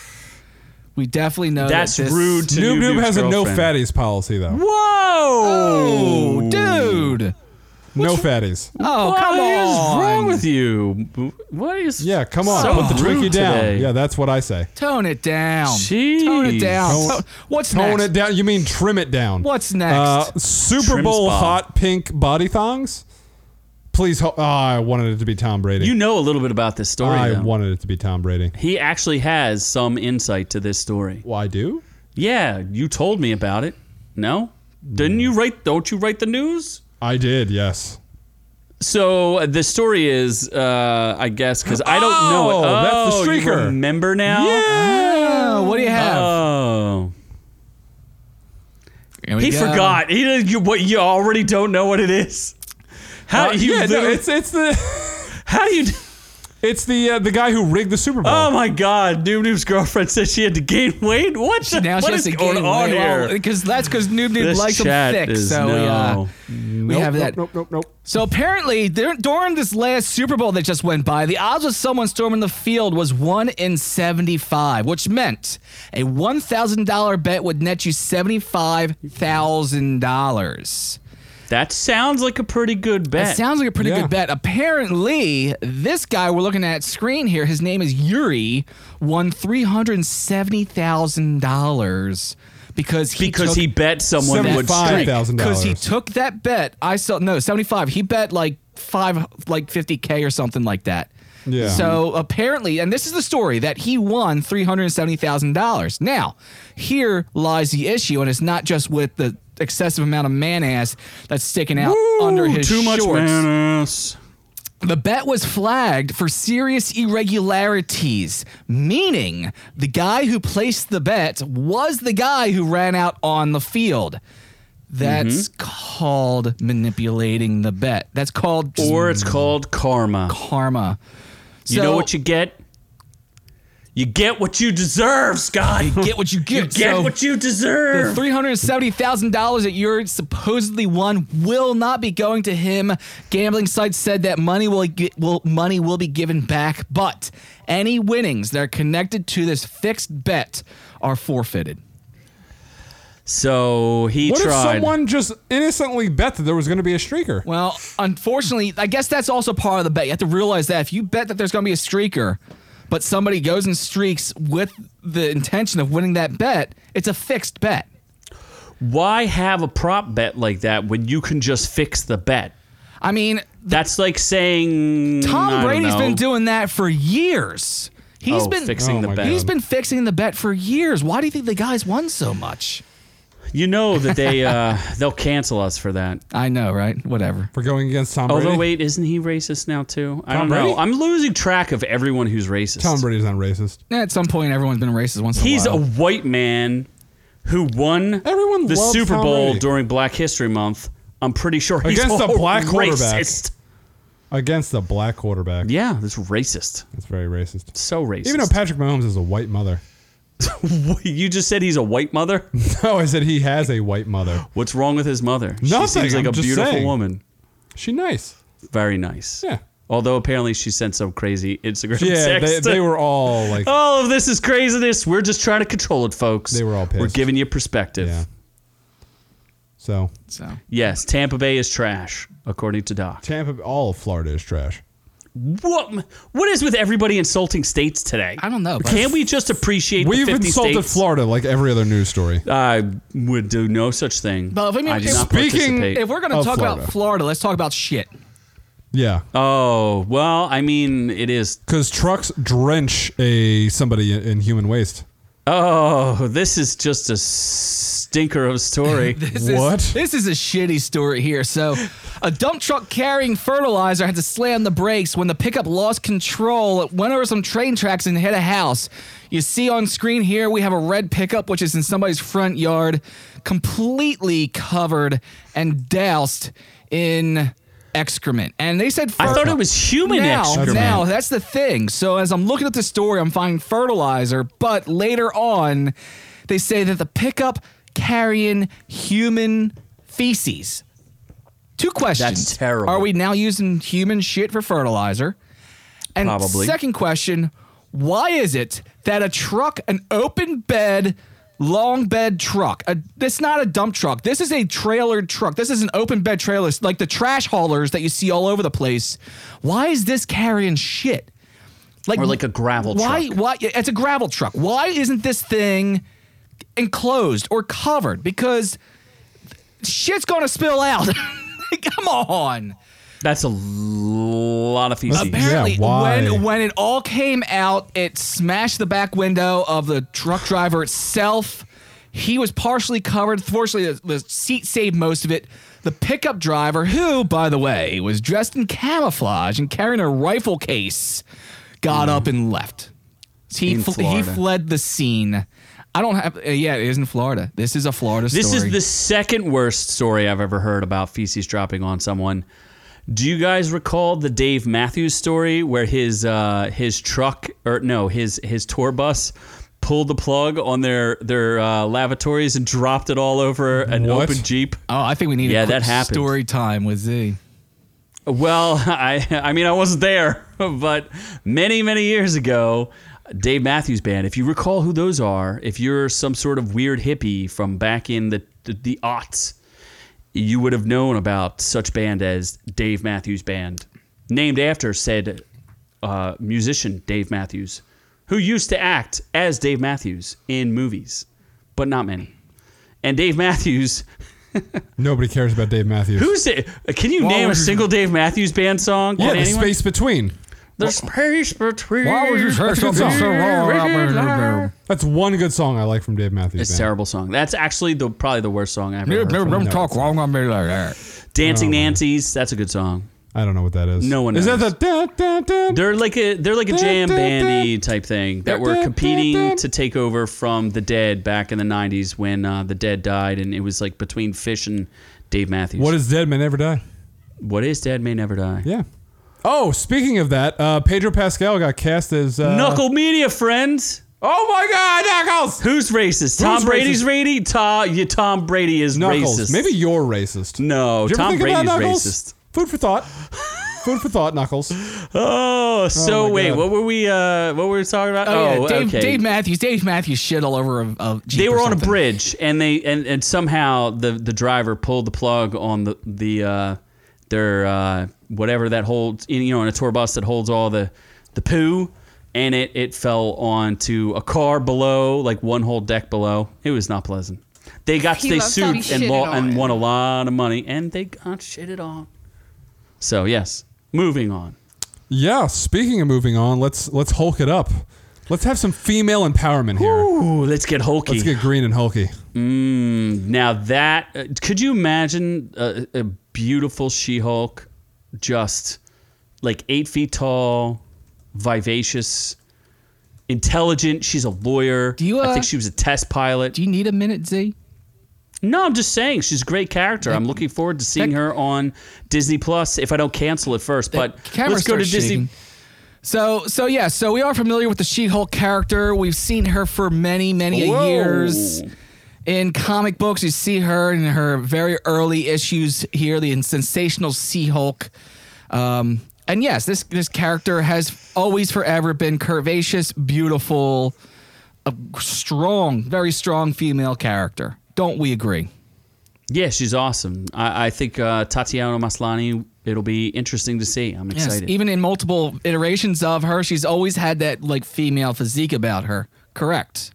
We definitely know That's that this- rude to Noob Noob Noob's has a no girlfriend. fatties policy though. Whoa! Oh, dude. No fatties. Oh, what come is on. wrong with you? What is? Yeah, come on, So put the rude Twinkie down. today. Yeah, that's what I say. Tone it down. Jeez. Tone it down. Tone- So- what's Tone next? it down. You mean trim it down? What's next? Uh, Super Trim Bowl spot. hot pink body thongs. Please. Ho- oh, I wanted it to be Tom Brady. You know a little bit about this story. I though. wanted it to be Tom Brady. He actually has some insight to this story. Well, I do. Yeah, you told me about it. No, didn't you write? Don't you write the news? I did. Yes. So uh, the story is, uh, I guess, because I don't know. It. Oh, that's the you streaker. remember now? Oh, what do you have? Oh, Here we he go. forgot. He didn't- you, what you already don't know what it is. How Uh, you? yeah. No, literally- it's it's the how do you? it's the uh, the guy who rigged the Super Bowl. Oh my God! Noob Noob's girlfriend said she had to gain weight. What? The, Now what she has is to going gain on weight. here? because that's because Noob Noob This likes them chat thick. is so we, uh, no. we have nope, that. Nope. Nope. Nope. So apparently, there, during this last Super Bowl that just went by, the odds of someone storming the field was one in seventy-five, which meant a one thousand dollar bet would net you seventy-five thousand dollars. That sounds like a pretty good bet. It sounds like a pretty Yeah. good bet. Apparently, this guy we're looking at screen here, his name is Yuri, won three hundred and seventy thousand dollars because he because took- he bet someone would Seventy-five strike. thousand because dollars. he took that bet. I saw no seventy five. He bet like five, like fifty k or something like that. Yeah. So apparently, and this is the story that he won three hundred seventy thousand dollars. Now, here lies the issue, and it's not just with the excessive amount of man ass that's sticking out under his Too much shorts. mayonnaise. The bet was flagged for serious irregularities, meaning the guy who placed the bet was the guy who ran out on the field. That's Mm-hmm. called manipulating the bet. That's called just Or it's called karma. karma. You know what you get? You get what you deserve, Scott. You get what you get. get So what you the deserve. $370,000 that you're supposedly won will not be going to him. Gambling sites said that money will, get, will money will be given back, but any winnings that are connected to this fixed bet are forfeited. so he what if tried. someone just innocently bet that there was going to be a streaker? Well, unfortunately, I guess that's also part of the bet. You have to realize that if you bet that there's going to be a streaker, but somebody goes and streaks with the intention of winning that bet, it's a fixed bet. Why have a prop bet like that when you can just fix the bet? I mean, That's like saying I Tom don't Brady's know. been doing that for years. He's Oh, been fixing Oh the my bet. God. he's been fixing the bet for years. Why do you think the guys won so much? You know that they uh, they'll cancel us for that. I know, right? Whatever. for going against Tom Brady. Although wait, isn't he racist now too? I Tom don't know. Brady? I'm losing track of everyone who's racist. Tom Brady's not racist. At some point, everyone's been racist once. He's in a a while. white man who won Everyone the loves Super Tom Bowl Brady. during Black History Month. I'm pretty sure he's Against a black quarterback. racist. Against a black quarterback. Yeah, that's racist. That's very racist. So racist. Even though Patrick Mahomes is a white mother. you just said he's a white mother. No, I said Oh, he has a white mother. What's wrong with his mother? She Nothing, seems like I'm a just beautiful saying. woman. She nice. Very nice. Yeah. Although apparently she sent some crazy Instagram Yeah, they, text. they were all like, All of this is craziness. We're just trying to control it, folks. They were all We're pissed. giving you perspective. yeah. So so. Yes, Tampa Bay is trash, according to Doc. Tampa, all of Florida is trash. What what is with everybody insulting states today? I don't know, but- Can't we just appreciate We've the 50 insulted states? Florida like every other news story. I would do no such thing. But if we mean- I do if- not Speaking- participate. If we're gonna Of talk about Florida. Oh, Florida, let's talk about shit. Yeah, oh well, I mean it is. because trucks drench a somebody in, in human waste. Oh, this is just a stinker of a story. This is- What? this is a shitty story here. So, a dump truck carrying fertilizer had to slam the brakes when the pickup lost control. It went over some train tracks and hit a house. You see on screen here, we have a red pickup, which is in somebody's front yard, completely covered and doused in excrement. And they said, I fer- thought it was human now, excrement. Now, that's the thing. So as I'm looking at the story, I'm finding fertilizer, but later on, they say that the pickup carrying human feces. Two questions. terrible. Are we now using human shit for fertilizer? And Probably. second question, why is it that a truck, an open bed, long bed truck, a, this not a dump truck. This is a trailer truck. This is an open bed trailer, like the trash haulers that you see all over the place. Why is this carrying shit? Or like a gravel why, truck. Why? It's a gravel truck. Why isn't this thing enclosed or covered? Because shit's gonna spill out. Come on. That's a lot of feces. Apparently, why? when when it all came out, it smashed the back window of the truck driver itself. He was partially covered. Fortunately, the, the seat saved most of it. The pickup driver, who, by the way, was dressed in camouflage and carrying a rifle case, got up and left. He In fl- he Florida. fled the scene. I don't have. Uh, yeah, it is in Florida. This is a Florida This story. is the second worst story I've ever heard about feces dropping on someone. Do you guys recall the Dave Matthews story where his uh, his truck or no his his tour bus pulled the plug on their their uh, lavatories and dropped it all over an What? open jeep? Oh, I think we need Yeah, a quick that happened. story time with Z. Well, I I mean I wasn't there, but many many years ago, Dave Matthews Band. If you recall who those are, if you're some sort of weird hippie from back in the the, the aughts, you would have known about such band as Dave Matthews Band, named after said uh, musician Dave Matthews, who used to act as Dave Matthews in movies, but not many. And Dave Matthews Nobody cares about Dave Matthews. Who's it? Can you Why name a would you- single Dave Matthews Band song? yeah, Can the anyone? space between. The space between. That's a good song. That's one good song I like from Dave Matthews. It's a Band. terrible song. That's actually the probably the worst song I ever heard. Don't No. talk wrong on me like that. Dancing Oh, Nancy's. That's a good song. I don't know what that is. No one is knows. that the da, da, da? They're like a they're like a jam bandy type thing that were competing to take over from the Dead back in the '90s when uh, the Dead died, and it was like between Fish and Dave Matthews. What is Dead May Never Die? what is Dead May Never Die? Yeah. Oh, speaking of that, uh, Pedro Pascal got cast as uh, Knuckle Media friends. Oh my God, Knuckles! Who's racist? Tom racist? Brady's racist. Tom, you, Tom Brady is Knuckles. racist. Maybe you're racist. No, Did you Tom ever think about Brady's Knuckles? racist. Food for thought. Food for thought, Knuckles. Oh, so my wait, God. what were we? Uh, what were we talking about? Oh, yeah, Dave, okay. Dave Matthews. Dave Matthews shit all over a, a Jeep they or were on a something. bridge, and they and, and somehow the the driver pulled the plug on the the uh, their uh, whatever that holds you know in a tour bus that holds all the the poo. and it it fell onto a car below, like one whole deck below. It was not pleasant. They got He they loves to be sued and shitted law, and on. won a lot of money, and they got shitted on. So yes, moving on. Yeah. Speaking of moving on, let's let's Hulk it up. Let's have some female empowerment here. Ooh, let's get hulky. Let's get green and hulky. Now that uh, could you imagine a, a beautiful She-Hulk, just like eight feet tall, vivacious, intelligent. She's a lawyer. Do you, I uh, think she was a test pilot. Do you need a minute, Z? no, I'm just saying she's a great character. I'm looking forward to seeing that- her on Disney Plus if I don't cancel it first. But The camera let's go to starts Disney. shaking. So, so yeah, so we are familiar with the She-Hulk character. We've seen her for many, many a Whoa. years in comic books. You see her in her very early issues here, the sensational She-Hulk. Um, and yes, this this character has always, forever been curvaceous, beautiful, a strong, very strong female character. Don't we agree? Yeah, she's awesome. I, I think uh, Tatiana Maslany. It'll be interesting to see. I'm Yes, excited. even in multiple iterations of her, she's always had that like female physique about her. Correct.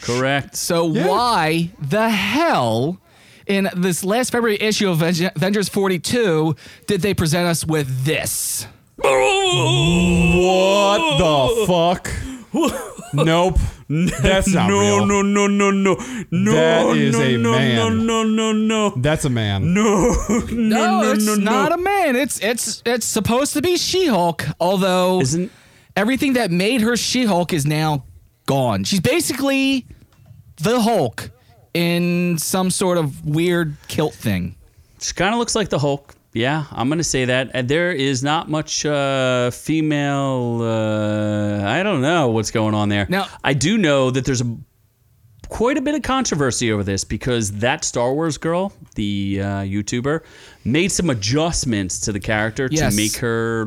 Correct. So Yeah. why the hell in this last February issue of Aven- Avengers 42 did they present us with this? What the fuck? nope. That's not real. no, no, no, no. That is a man. no, no, no, That's a man. No. No, it's not a man. It's it's it's supposed to be She-Hulk, although Isn't everything that made her She-Hulk is now gone. She's basically the Hulk in some sort of weird kilt thing. she kind of looks like the Hulk? Yeah, I'm gonna say that. And there is not much uh, female. Uh, I don't know what's going on there. Now- I do know that there's a quite a bit of controversy over this because that Star Wars girl, the uh, YouTuber, made some adjustments to the character Yes. to make her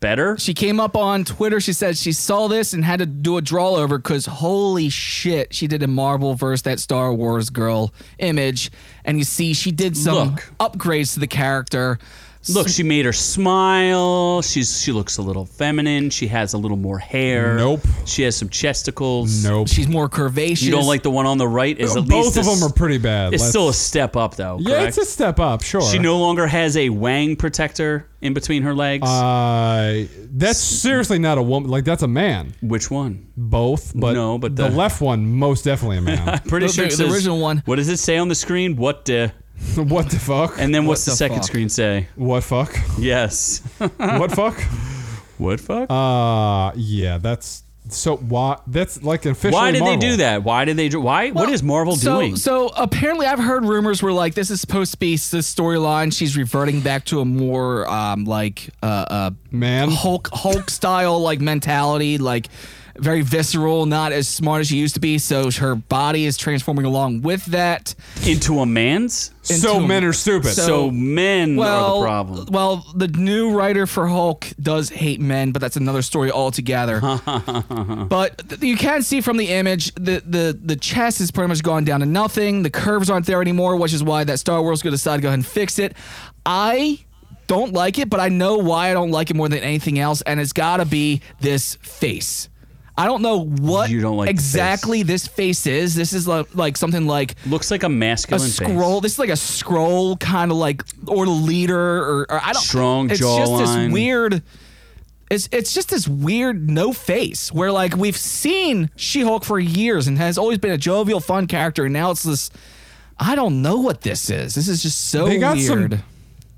better. She came up on Twitter. She said she saw this and had to do a draw over because holy shit, she did a Marvel verse that Star Wars girl image, and you see she did some Look. upgrades to the character. Look, she made her smile. She's she looks a little feminine. She has a little more hair. Nope. She has some chesticles. Nope. Uh, She's more curvaceous. You don't like the one on the right? Is at least Both of a s- them are pretty bad. It's Let's- still a step up though. yeah, correct? it's a step up. Sure. she no longer has a wang protector in between her legs. Uh, that's seriously not a woman. Like that's a man. Which one? Both, but No, but the, the- left one most definitely a man. Pretty The- sure it the- the says- original one. What does it say on the screen? What the? what the fuck? And then what's What the, the second fuck? screen say? what fuck? Yes. what fuck? what fuck? Uh, yeah, that's so. Why? That's like officially. why did they Marvel. do that? Why did they? do- Why? what Well, is Marvel so, doing? So apparently, I've heard rumors where like this is supposed to be s- this storyline. She's reverting back to a more um like uh, uh Man. Hulk Hulk style like mentality, like very visceral, not as smart as she used to be. So her body is transforming along with that. Into a man's. So into- men are stupid. So, So- men Well, are the problem. well, the new writer for Hulk does hate men, but that's another story altogether. but th- you can see from the image the, the the chest has pretty much gone down to nothing. The curves aren't there anymore, which is why that Star Wars going to decide to go ahead and fix it. I don't like it, but I know why I don't like it more than anything else, and it's got to be this face. I don't know what You don't like the face. exactly this face is. This is like, like something like Looks like a masculine a scroll. This is like a scroll kind of like or the leader or, or I don't. Strong It's just jawline. this weird. It's it's just this weird no face where like we've seen She Hulk for years and has always been a jovial, fun character, and now it's this. I don't know what this is. This is just so they got weird. some.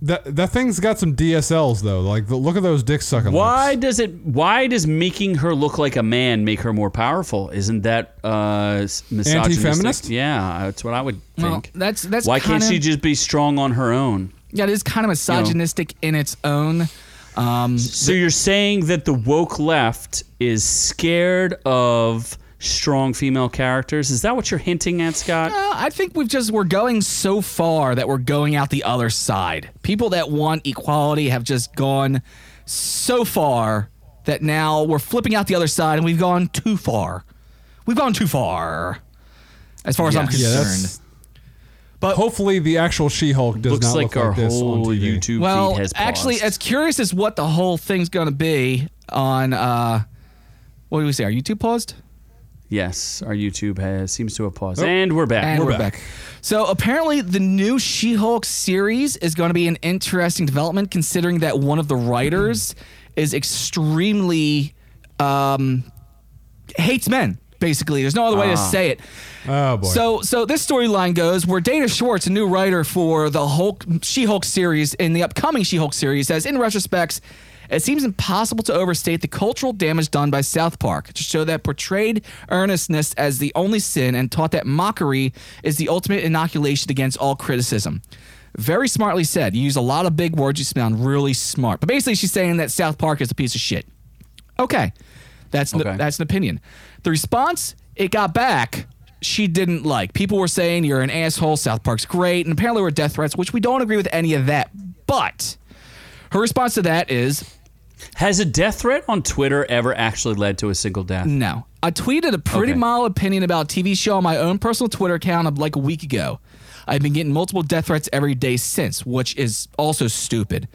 That that thing's got some DSLs though. Like the, look at those dick sucking. Why lips. does it? Why does making her look like a man make her more powerful? Isn't that uh, s- misogynistic? Anti-feminist? Yeah, that's what I would Well, think. that's that's why can't kinda- she just be strong on her own? Yeah, it is kind of misogynistic in its own. Um, So you're saying that the woke left is scared of strong female characters? Is that what you're hinting at, Scott? Uh, I think we've just we're going so far that we're going out the other side. People that want equality have just gone so far that now we're flipping out the other side and we've gone too far. We've gone too far. As far as I'm Yes. Yeah, concerned. that's. But- hopefully the actual She-Hulk does Looks not like look our like this whole on TV. YouTube well, feed has actually paused. as curious as what the whole thing's going to be on uh What do we say? Are you two paused? Yes, our YouTube has seems to have paused, and we're back. And we're, Oh. We're back. back. So apparently, the new She-Hulk series is going to be an interesting development, considering that one of the writers is extremely um, hates men. Basically, there's no other way to say it. Oh boy. So, so this storyline goes where Dana Schwartz, a new writer for the Hulk, She-Hulk series, in the upcoming She-Hulk series, says, in retrospect, it seems impossible to overstate the cultural damage done by South Park to show that portrayed earnestness as the only sin and taught that mockery is the ultimate inoculation against all criticism. Very smartly said. You use a lot of big words. You sound really smart. But basically, she's saying that South Park is a piece of shit. Okay. That's an, Okay. that's an opinion. The response it got back, she didn't like. People were saying you're an asshole. South Park's great, and apparently were death threats, which we don't agree with any of that. But her response to that is Has a death threat on Twitter ever actually led to a single death? no. I tweeted a pretty Okay. mild opinion about a TV show on my own personal Twitter account of like a week ago. I've been getting multiple death threats every day since, which is also stupid.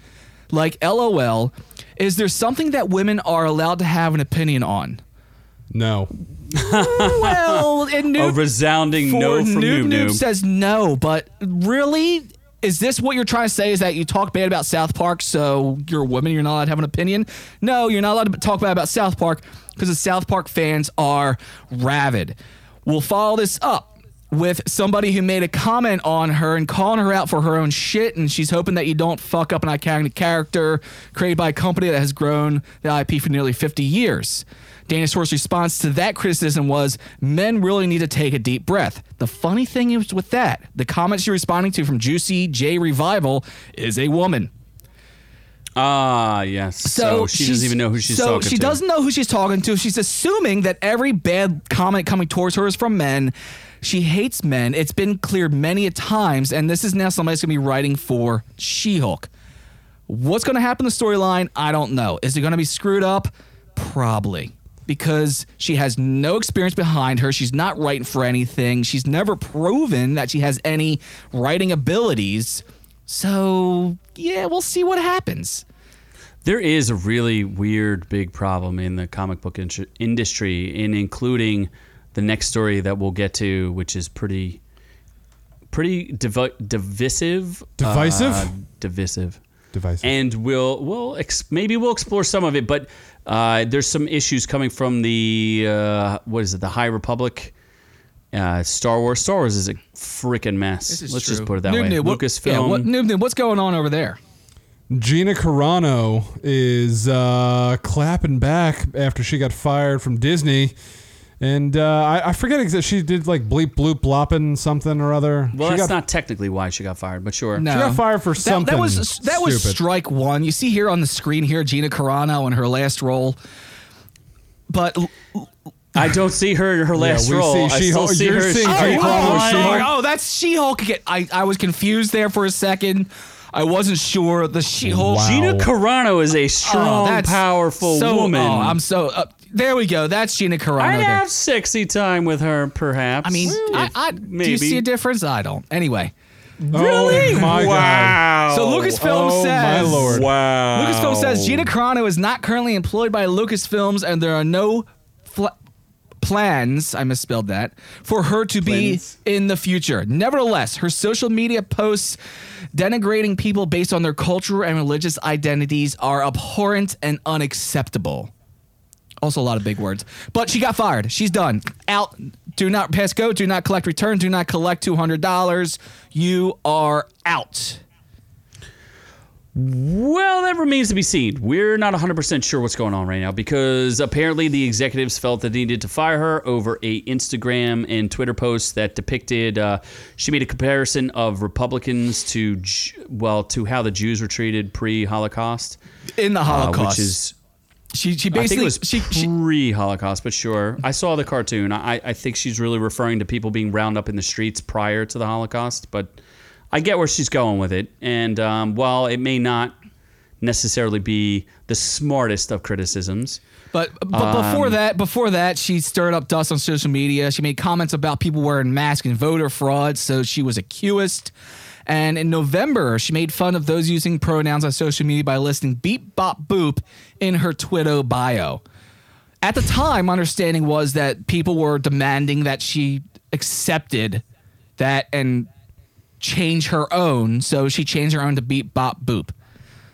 Like, lol, is there something that women are allowed to have an opinion on? no. well, and A Noob, resounding for no from Noob Noob Noob. says no, but really, is this what you're trying to say? Is that you talk bad about South Park, so you're a woman, you're not allowed to have an opinion? No, you're not allowed to talk bad about South Park because the South Park fans are rabid. We'll follow this up with somebody who made a comment on her and calling her out for her own shit, and she's hoping that you don't fuck up an iconic character created by a company that has grown the IP for nearly 50 years. Dana Schwartz's response to that criticism was, "Men really need to take a deep breath." The funny thing is with that, the comment she's responding to from Juicy J Revival is a woman. Ah, yes. So, she she's- doesn't even know who she's so talking she to. doesn't know who she's talking to. She's assuming that every bad comment coming towards her is from men. She hates men. It's been cleared many a times, and this is now somebody that's gonna be writing for She-Hulk. What's gonna happen in the storyline? I don't know. Is it gonna be screwed up? Probably. Because she has no experience behind her. She's not writing for anything. She's never proven that she has any writing abilities. So, yeah, we'll see what happens. There is a really weird big problem in the comic book in- industry, in including the next story that we'll get to, which is pretty, pretty divi- divisive. Divisive? Uh, divisive. Divisive. And we'll we'll ex- maybe we'll explore some of it, but uh, there's some issues coming from the uh, what is it? The High Republic. Uh, Star Wars. Star Wars is a freaking mess. Let's just put it that Noob way. Noob, what- Lucasfilm. yeah, what, Noob Noob, what's going on over there? Gina Carano is uh, clapping back after she got fired from Disney. And uh, I, I forget exactly. She did like bleep, bloop, blopping something or other. well, she that's got, not technically why she got fired, but sure. No. She got fired for That- something. That was that was stupid. strike one. You see here on the screen here Gina Carano in her last role. But oh, I don't see her in her last we role. see I she- still oh, see you're her. as seeing She- Jake Paul Oh, as my She-Hulk. God. oh, that's She-Hulk again. I, I was confused there for a second. I wasn't sure the She-Hulk. Wow. Gina Carano is a Oh, strong, that's powerful so, woman. Oh, I'm so uh, there we go. That's Gina Carano. I'd there. have sexy time with her, perhaps. I mean, I, I, do you maybe. see a difference? I don't. Anyway, really? Oh, my God. wow. so Lucasfilm Oh, says. my Lord. Wow. Lucasfilm Oh. says Gina Carano is not currently employed by Lucasfilms, and there are no fl- plans. I misspelled that for her to Plans. be in the future. Nevertheless, her social media posts denigrating people based on their cultural and religious identities are abhorrent and unacceptable. Also, a lot of big words. But she got fired. She's done. Out. Do not pass go. Do not collect return. Do not collect two hundred dollars. You are out. Well, that remains to be seen. We're not 100% sure what's going on right now because apparently the executives felt that they needed to fire her over a Instagram and Twitter post that depicted uh, she made a comparison of Republicans to Ju- well to how the Jews were treated pre-Holocaust, In the uh, which Holocaust. is she she I think it basically was she, she pre-Holocaust, but sure. I saw the cartoon. I, I think she's really referring to people being round up in the streets prior to the Holocaust, but I get where she's going with it. And um, while it may not necessarily be the smartest of criticisms, But but Um, before that, before that, she stirred up dust on social media. She made comments about people wearing masks and voter fraud, so she was accused. And in November, she made fun of those using pronouns on social media by listing beep bop boop in her Twitter bio. At the time, my understanding was that people were demanding that she accepted that and change her own. So she changed her own to Beat Bop Boop.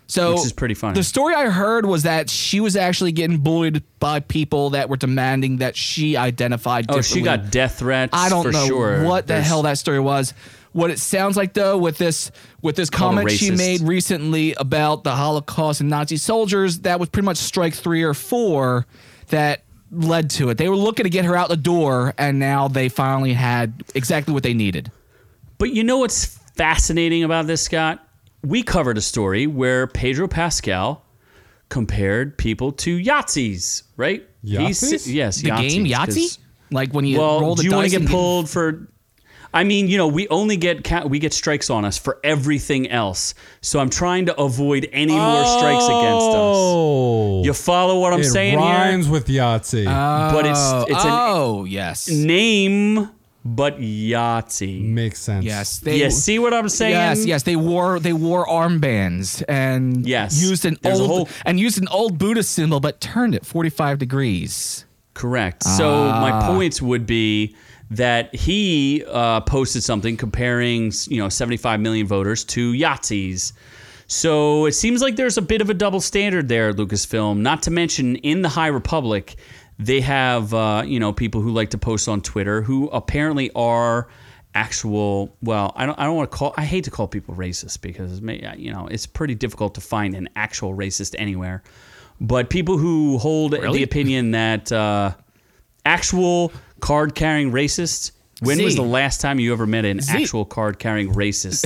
So Which is pretty funny. The story I heard was that she was actually getting bullied by people that were demanding that she identified. Oh, differently. she got death threats. I don't for know sure. what the There's- hell that story was. What it sounds like though, with this with this called a comment she racist. made recently about the Holocaust and Nazi soldiers, that was pretty much strike three or four that led to it. They were looking to get her out the door, and now they finally had exactly what they needed. But you know what's fascinating about this, Scott? We covered a story where Pedro Pascal compared people to Yahtzees, right? Yahtzees? He's, yes, The game Yahtzees, 'cause- Yahtzee, like when you roll Well, the do you want dice to and get pulled for? I mean, you know, we only get ca- we get strikes on us for everything else. So I'm trying to avoid any more strikes against us. Oh, You follow what I'm it saying rhymes with Yahtzee. Uh, here? But it's it's oh yes, a name, but Yahtzee. Makes sense. yes, they, You see what I'm saying? Yes, yes, they wore they wore armbands and Yes. used an There's a old whole- and used an old Buddhist symbol, but turned it 45 degrees. Correct. So my points would be that he uh, posted something comparing, you know, 75 million voters to Yahtzees. So it seems like there's a bit of a double standard there at Lucasfilm. Not to mention in the High Republic, they have uh, you know people who like to post on Twitter who apparently are actual. Well, I don't. I don't want to call. I hate to call people racist because may- uh, you know it's pretty difficult to find an actual racist anywhere. But people who hold the opinion that uh, actual card carrying racists. When was Z. the last time you ever met an actual card carrying racist?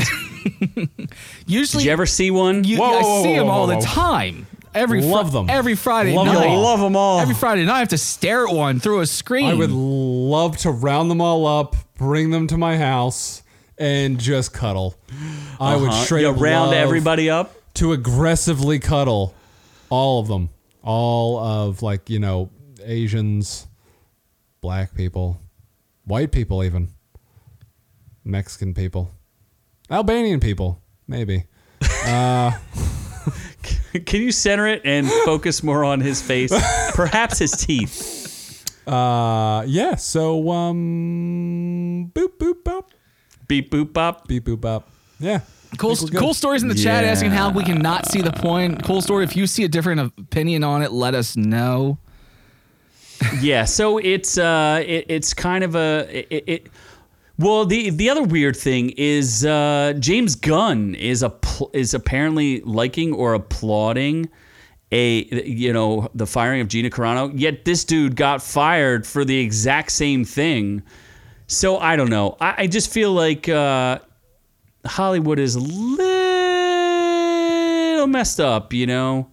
Usually Did you ever see one? you- Whoa, I whoa, see whoa, them whoa, all whoa. the time. Every fri- Love them. Every Friday Love 'em night. all. Love 'em all. Every Friday night I have to stare at one through a screen. I would love to round them all up, bring them to my house, and just cuddle. I would Huh? straight Uh-huh. you up round love everybody up. to aggressively cuddle all of them, all of like you know Asians, black people, white people, even Mexican people, Albanian people, maybe. Can you center it and focus more on his face? Perhaps his teeth. Uh, yeah. So um, boop boop bop, Beep boop bop. beep boop bop. Yeah. cool, Think we're good. cool stories in the chat Yeah. asking how we cannot see the point. Cool story. If you see a different opinion on it, let us know. Yeah, so it's uh it, it's kind of a it, it well, the the other weird thing is uh, James Gunn is a is apparently liking or applauding a you know the firing of Gina Carano. Yet this dude got fired for the exact same thing. So I don't know. I, I just feel like uh, Hollywood is a little messed up. You know,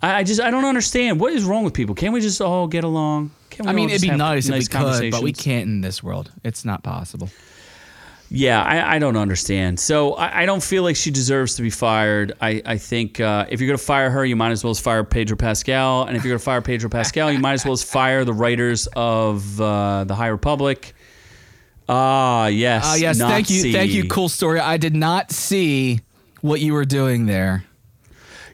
I, I just I don't understand what is wrong with people. Can't we just all get along? Can't we I mean, all it'd just be have nice, nice if we could, but we conversations? can't in this world. It's not possible. Yeah, I, I don't understand. So I, I don't feel like she deserves to be fired. I, I think uh, if you're going to fire her, you might as well as fire Pedro Pascal. And if you're going to fire Pedro Pascal, you might as well as fire the writers of uh, The High Republic. Ah, yes. Ah, yes. Thank you. Thank you. Nazi. Cool story. I did not see what you were doing there.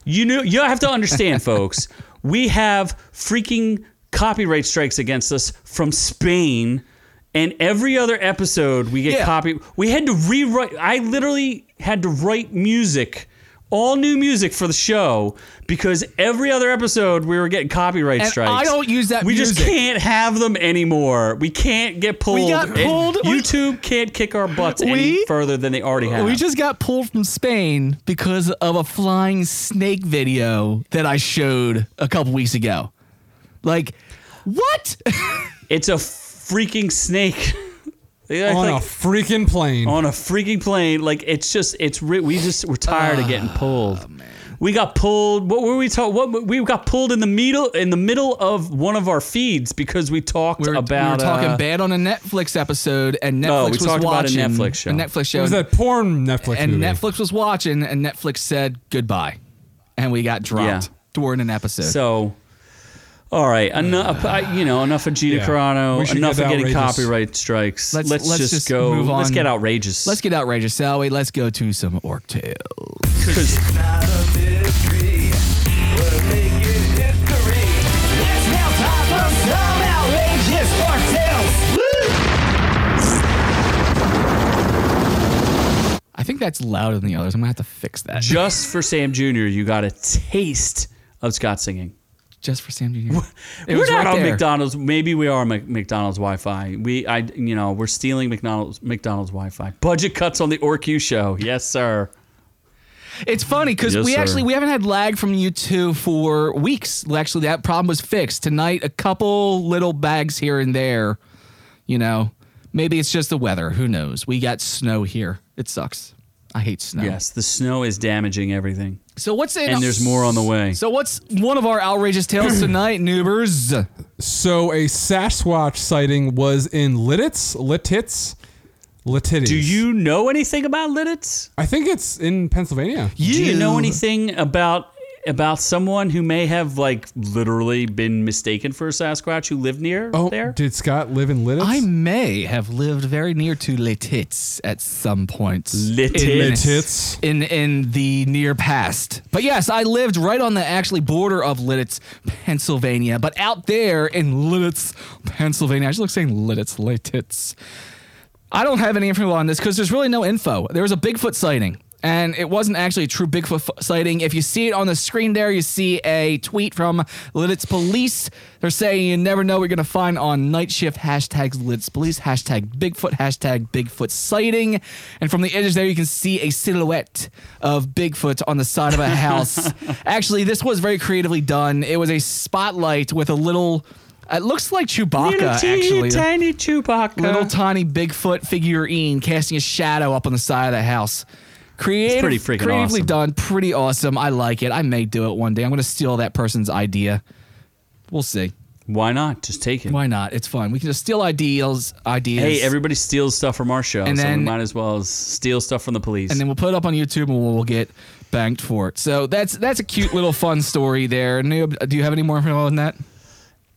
You know, you have to understand, folks. We have freaking copyright strikes against us from Spain, and every other episode we get Yeah. copy. We had to rewrite. I literally had to write music, all new music for the show because every other episode we were getting copyright And strikes. I don't use that We just music. can't have them anymore. We can't get pulled. got and pulled. We- YouTube can't kick our butts any We- further than they already have. We just got pulled from Spain because of a flying snake video that I showed a couple weeks ago. Like, what? It's a freaking snake. It's On like- a freaking plane. on a freaking plane. Like it's just it's re- we just we're tired of Ah, getting pulled. We got pulled. What were we talking? What we got pulled in the middle in the middle of one of our feeds because we talked We were, about we were talking uh, bad on a Netflix episode, and Netflix No, we was talked about a watching Netflix show. A Netflix show. it was that porn Netflix and movie. Netflix was watching, and Netflix said goodbye, and we got dropped Yeah. during an episode. so. All right, Uh, enough. I- you know, enough of Gina Yeah. We Carano. should Enough get of getting outrageous. copyright strikes. Let's, Let's- let's just, just go. move Let's on. get outrageous. Let's get outrageous, shall we? Let's go to some orc tales. History. We're making history. It's now time for that's louder than the others. I'm gonna have to fix that. Just for Sam Jr., you got a taste of Scott singing. Just for Sam Jr. It we're was not right on there. McDonald's. Maybe we are Mc- McDonald's Wi-Fi. We, I, you know, we're stealing McDonald's McDonald's Wi-Fi. Budget cuts on the OrQ show. Yes, sir. It's funny because Yes, we sir. actually we haven't had lag from you two for weeks. Actually, that problem was fixed tonight. A couple little bags here and there. You know, maybe it's just the weather. Who knows? We got snow here. It sucks. I hate snow. Yes, the snow is damaging everything, So what's in and there's more on the way. So what's one of our outrageous tales tonight, noobers? So a Sasquatch sighting was in Lidditz, Littitz, Lititties. Do you know anything about Lidditz? I think it's in Pennsylvania. Do you know anything about about someone who may have like literally been mistaken for a Sasquatch who lived near Oh, there? did Scott live in Lidditz? I may have lived very near to Letitz at some point. Lititz. Littitz. in in the near past. But yes, I lived right on the actually border of Lidditz, Pennsylvania. But out there in Lidditz, Pennsylvania, I just like saying Lidditz, Littitz. I don't have any info on this because there's really no info. There was a Bigfoot sighting, and it wasn't actually a true Bigfoot f- sighting. If you see it on the screen there, you see a tweet from Lidditz Police. They're saying you never know what you're going to find on night shift hashtags Lidditz Police, hashtag Bigfoot, hashtag Bigfoot sighting. And from the edges there, you can see a silhouette of Bigfoot on the side of a house. actually, this was very creatively done. It was a spotlight with a little. It looks like Chewbacca, Little teeny actually tiny Chewbacca. little tiny Bigfoot figurine casting a shadow up on the side of the house. Creative, It's pretty freaking creatively awesome. done, pretty awesome. I like it. I may do it one day. I'm going to steal that person's idea. We'll see. Why not? Just take it. Why not? It's fun. We can just steal ideals, ideas. Hey, everybody steals stuff from our show, And so we then- might as well steal stuff from the police. and then we'll put it up on YouTube and we'll get banked for it. So that's that's a cute little fun story there. Noob, do you have any more info on that?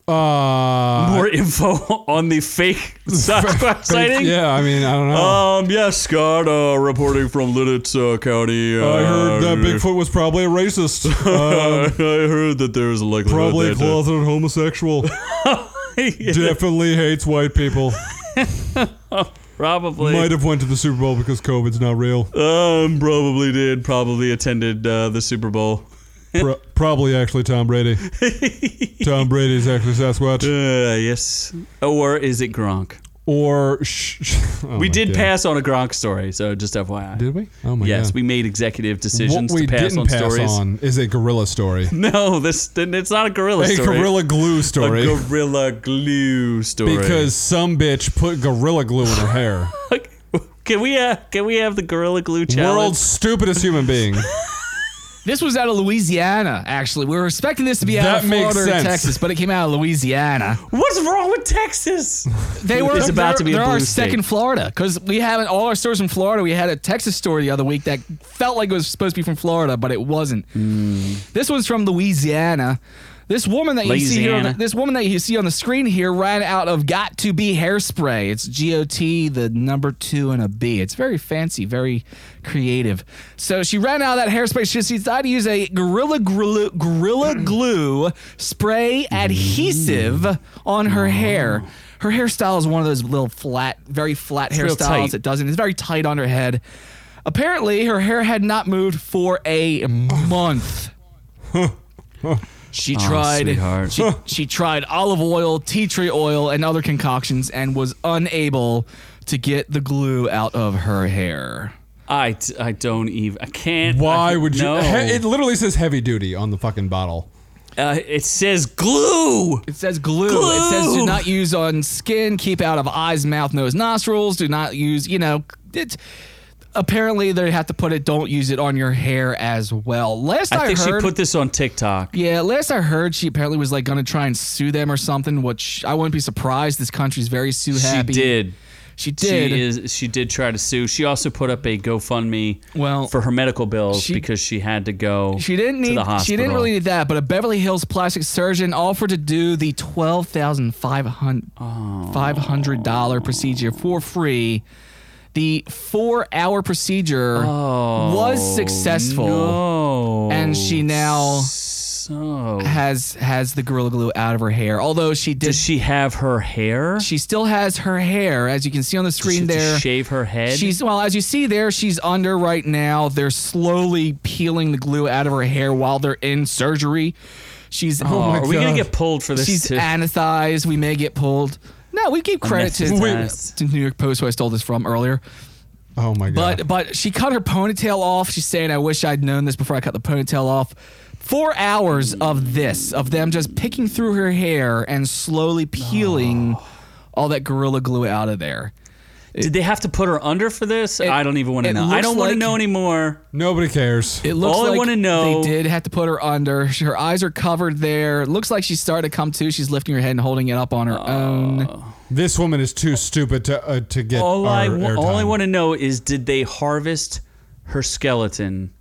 Uh, more info on the fake Sasquatch sighting. yeah, I mean, I don't know. Um. Yes, Scott. Uh, reporting from Lidditz uh, County. Uh, Oh, I heard that Bigfoot was probably a racist. Uh, I heard that there was a likelihood. probably that, uh, closeted homosexual. Definitely hates white people. probably. Might have went to the Super Bowl because COVID's not real. Um. Probably did. Probably attended uh, the Super Bowl. Pro- probably actually Tom Brady. Tom Brady's actually Sasquatch. Uh, yes. Or is it Gronk? Or sh- sh- oh we my did God. pass on a Gronk story, so just FYI. Did we? Oh my yes, God. we made executive decisions what we to pass didn't on pass stories. on is a gorilla story, No, this it's not a gorilla a story. gorilla glue story. A gorilla glue story. because some bitch put gorilla glue in her hair. can we uh, can we have the gorilla glue World's challenge? stupidest human being. This was out of Louisiana, actually. We were expecting this to be out That of makes Florida or sense. Texas, but it came out of Louisiana. What's wrong with Texas? They were It's about to be a they're our blue state. second Florida because we haven't all our stores in Florida. We had a Texas store the other week that felt like it was supposed to be from Florida, but it wasn't. Hmm. This one's from Louisiana. This woman that you see here, on the, Louisiana. this woman that you see on the screen here, ran out of "Got to Be" hairspray. It's G O T, the number two and a B. It's very fancy, very creative. So she ran out of that hairspray. She, she decided to use a gorilla glue, gorilla glue spray adhesive on her hair. Her hairstyle is one of those little flat, very flat real tight. hairstyles. It doesn't. It's very tight on her head. Apparently, her hair had not moved for a month. She tried Oh, sweetheart. she, she tried olive oil, tea tree oil, and other concoctions and was unable to get the glue out of her hair. I, t- I don't even I can't. Why I- would you? No. He- it It, literally says heavy duty on the fucking bottle. uh, it says glue. It says glue. It says do not use on skin, keep out of eyes, mouth, nose, nostrils, do not use, you know, it's apparently they have to put it don't use it on your hair as well. Last I, I think she heard put this on TikTok. Yeah, last I heard, she apparently was like gonna try and sue them or something, which I wouldn't be surprised. This country's very sue happy. She did. She did. She is. She did try to sue. She also put up a GoFundMe Well, for her medical bills she- because she had to go. She didn't to need. the hospital. She didn't really need that. But a Beverly Hills plastic surgeon offered to do the twelve thousand five hundred Oh. five hundred dollar procedure for free. The four hour Oh, procedure was successful, No. and she now So has has the gorilla glue out of her hair. Although she did, does she, she have her hair? still has her hair, as you can see on the Does she screen have to there. shave her head. She's well, as you see there, she's under right now. They're slowly peeling the glue out of her hair while they're in surgery. She's Oh my Are we gonna God. get pulled for this? she's too? anesthetized. We may get pulled. No, we give credit to, Anesthetized. to New York Post, who I stole this from earlier. Oh my god. But but she cut her ponytail off. She's saying, "I wish I'd known this before I cut the ponytail off." Four hours of this, of them just picking through her hair and slowly peeling all that gorilla glue out of there. Did they have to put her under for this? I don't even want to it know. I looks don't want to like- know anymore. Nobody cares. It looks All I like wanna know- they did have to put her under. Her eyes are covered there. It looks like she's starting to come to. She's lifting her head and holding it up on her own. Oh. this woman is too stupid to uh, to get. All our I wa- all I airtime. want to know is did they harvest her skeleton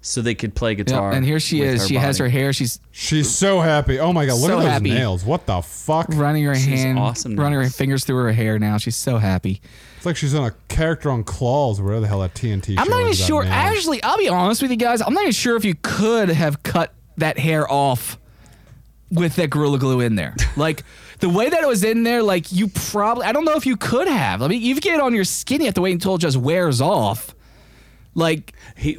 so they could play Yep, guitar? and here she with is. She has her body? hair. She's She's so happy. Oh my god, look So at those happy. nails. What the fuck? running her hand, awesome running her nails. fingers through her hair now. She's so happy. It's like she's on a character on claws. Where the hell that TNT? I'm show not even is, that sure. man. Actually, I'll be honest with you guys. I'm not even sure if you could have cut that hair off with that Gorilla Glue in there. Like the way that it was in there, like you probably. I don't know if you could have. I mean, you get it on your skin. You have to wait until it just wears off. Like He,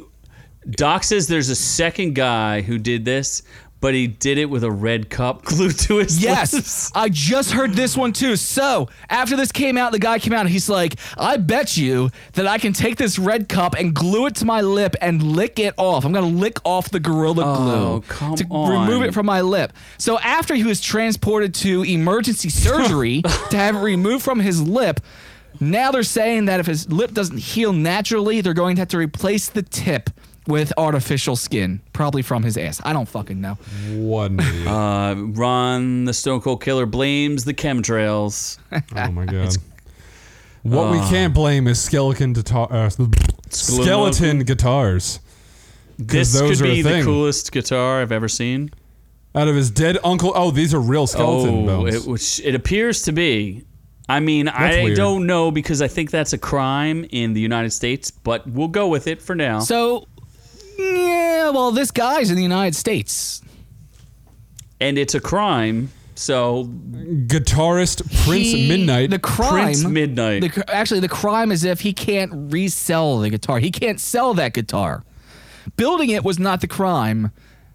Doc says there's a second guy who did this, but he did it with a red cup glued to his lips. Yes, I just heard this one too. So after this came out, the guy came out and he's like, "I bet you that I can take this red cup and glue it to my lip and lick it off. I'm gonna lick off the gorilla glue Oh, come to on. remove it from my lip." So after he was transported to emergency surgery to have it removed from his lip. Now they're saying that if his lip doesn't heal naturally, they're going to have to replace the tip with artificial skin, probably from his ass. I don't fucking know. One. idiot. Uh, Ron, the Stone Cold Killer, blames the chemtrails. oh my god. What we can't blame is skeleton guitar. Uh, skeleton guitars. This those could are a be the thing. coolest guitar I've ever seen. Out of his dead uncle. Oh, these are real skeleton oh, bones. it, which it appears to be. I mean, I weird. don't know because I think that's a crime in the United States, but we'll go with it for now. So, yeah, well, this guy's in the United States. and it's a crime, so Guitarist Prince He- Midnight. The crime. Prince Midnight. The, cr- actually, the crime is if he can't resell the guitar. He can't sell that guitar. Building it was not the crime.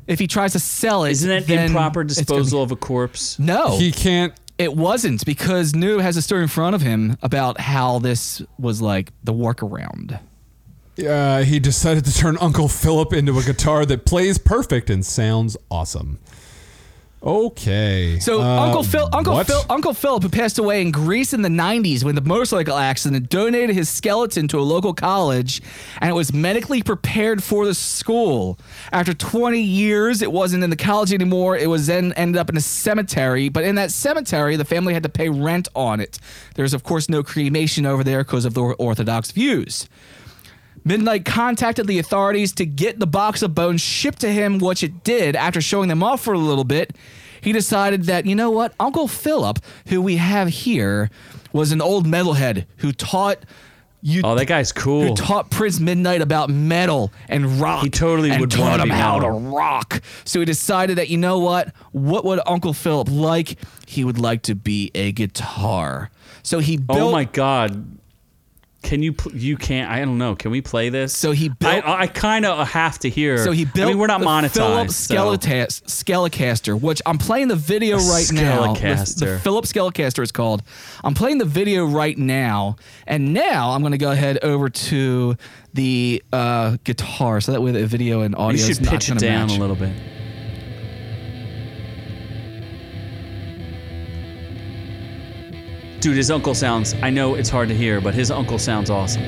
If he tries to sell it, isn't that then improper it's gonna be- disposal of a corpse? no, he can't. it wasn't because New has a story in front of him about how this was like the workaround. Uh, he decided to turn Uncle Philip into a guitar that plays perfect and sounds awesome. Okay. So Uh, Uncle Phil, Uncle what? Phil, Uncle Philip, who passed away in Greece in the '90s when the motorcycle accident, donated his skeleton to a local college, and it was medically prepared for the school. After 20 years, it wasn't in the college anymore. It was then ended up in a cemetery. But in that cemetery, the family had to pay rent on it. There's of course no cremation over there because of the Orthodox views. Midnight contacted the authorities to get the box of bones shipped to him, which it did. After showing them off for a little bit, he decided that, you know what, Uncle Philip, who we have here, was an old metalhead who taught you Oh, that guy's who cool. taught Prince Midnight about metal and rock. He totally and would taught wanna him be how to metal. rock. So he decided that you know what? What would Uncle Philip like? He would like to be a guitar. So he built Oh my god. Can you pl- you can't I don't know. Can we play this? So he built- I, I kind of have to hear. So he built. I mean, we're not the monetized. Philip so- Skeleta- Skelecaster, which I'm playing the video right now. The, the Skelecaster. Philip Skelecaster is called. I'm playing the video right now, and now I'm going to go ahead over to the uh, guitar, so that way the video and audio You is should not pitch it gonna down match. a little bit. Dude, his uncle sounds, I know it's hard to hear, but his uncle sounds awesome.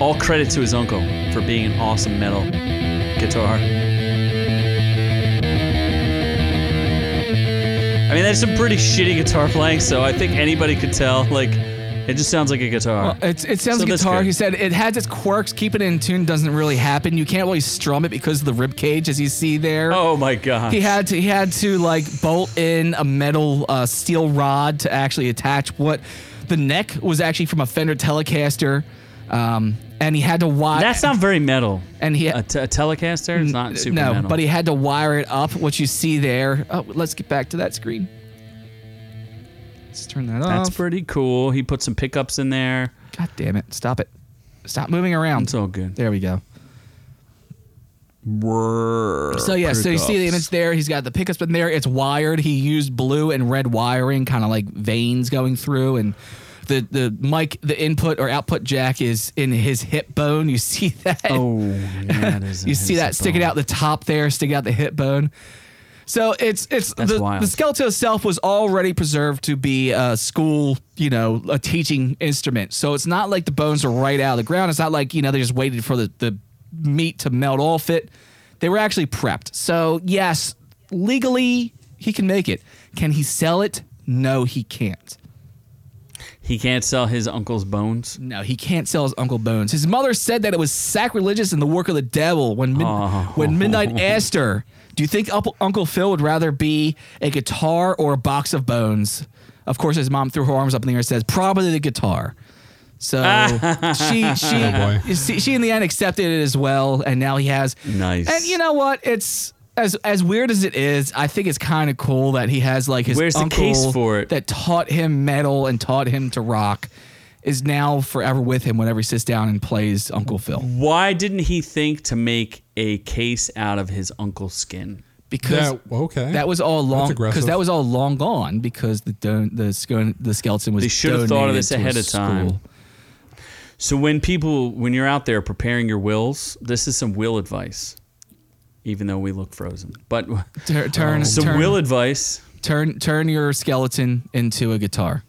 All credit to his uncle for being an awesome metal guitar. I mean, that's some pretty shitty guitar playing, so I think anybody could tell. Like, it just sounds like a guitar. Well, it's, it sounds So that's guitar. good. He said it has its quirks. Keeping it in tune doesn't really happen. You can't really strum it because of the rib cage, as you see there. oh my god. He had to he had to like bolt in a metal uh, steel rod to actually attach what the neck was actually from a Fender Telecaster. Um, and he had to watch. That's not very metal. and he A, t- a Telecaster is not super no, metal. but he had to wire it up. What you see there? Oh, let's get back to that screen. Let's turn that off. That's pretty cool. He put some pickups in there. God damn it! Stop it! Stop moving around. It's all good. There we go. So yeah, so you see the image there. He's got the pickups in there. It's wired. He used blue and red wiring, kind of like veins going through, and the the mic, the input or output jack is in his hip bone. You see that? Oh, yeah, that is you see that sticking out the top there, sticking out the hip bone. So it's it's That's the, wild. the skeleton itself was already preserved to be a school, you know, a teaching instrument. So it's not like the bones are right out of the ground. It's not like you know they just waited for the the meat to melt off it. They were actually prepped. So yes, legally he can make it. Can he sell it? No, he can't. He can't sell his uncle's bones. No, he can't sell his uncle bones. His mother said that it was sacrilegious and the work of the devil when mid- Oh. when Midnight asked her, "Do you think Uncle- Uncle Phil would rather be a guitar or a box of bones?" Of course, his mom threw her arms up in the air and says, "Probably the guitar." So she she, boy. you see, she in the end accepted it as well, and now he has Nice. And you know what? It's as as weird as it is, I think it's kind of cool that he has like his Where's the uncle case for it? that taught him metal and taught him to rock is now forever with him whenever he sits down and plays Uncle Phil Why didn't he think to make a case out of his uncle's skin? because. That, okay. that was all long because aggressive. that was all long gone because the don- the skeleton the skeleton was They should have thought of donated this to a ahead of time. school. So when people, when you're out there preparing your wills, this is some will advice. Even though we look frozen, but Tur- turn some turn, will advice. turn turn your skeleton into a guitar.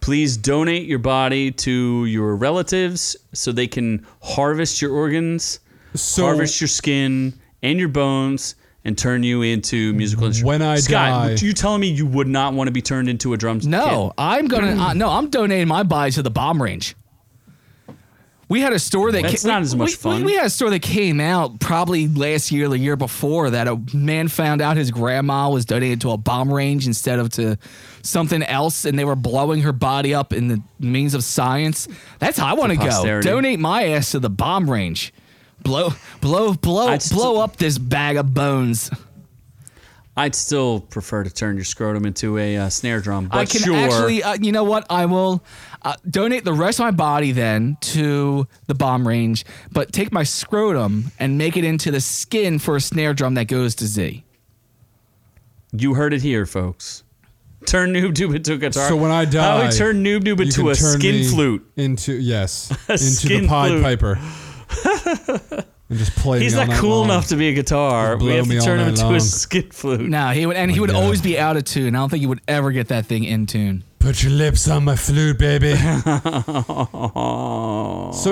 Please donate your body to your relatives so they can harvest your organs, So- harvest your skin and your bones, and turn you into musical instruments. When I Scott, die- you telling me you would not want to be turned into a drum? No, I'm Mm. gonna. uh, no, I'm donating my body to the bomb range. We had a store that That's not as much we, fun. We, we had a store that came out probably last year, or the year before, that a man found out his grandma was donated to a bomb range instead of to something else, and they were blowing her body up in the means of science. That's how I want to go. posterity. Donate my ass to the bomb range. Blow, blow, blow, I'd st- blow up this bag of bones. Kid? I'd still prefer to turn your scrotum into a uh, snare drum. But I can sure, actually, uh, you know what? I will uh, donate the rest of my body then to the bomb range, but take my scrotum and make it into the skin for a snare drum that goes to Z. you heard it here, folks. Turn Noob Noob into a guitar. So when I die, how we turn Noob Noob you into can a turn skin me flute. Into yes, into skin the Pied flute. Piper. and just play. He's me all not night cool long. enough to be a guitar. Just We blow have me to all turn him night into a long. skin flute. No, he would, and he would God. always be out of tune. I don't think he would ever get that thing in tune. Put your lips on my flute, baby. so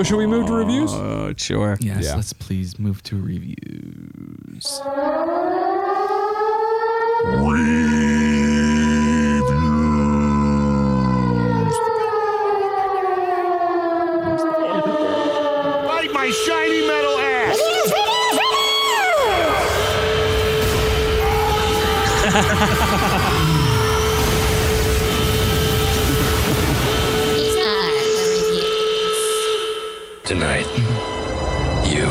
should we move to reviews? Oh, sure. Yes, Yeah. let's please move to reviews. Bite my shiny metal ass! These are the reviews. Tonight, you.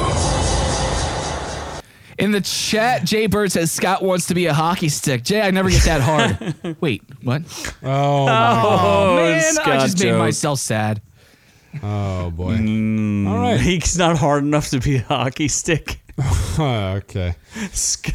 In the chat, Jay Bird says Scott wants to be a hockey stick. Jay, I never get that hard. Wait, what? Oh, my- Oh, Man, I just made joke. myself sad. oh boy. Mm. All right. He's not hard enough to be a hockey stick. Huh, Ah, okay. Sc-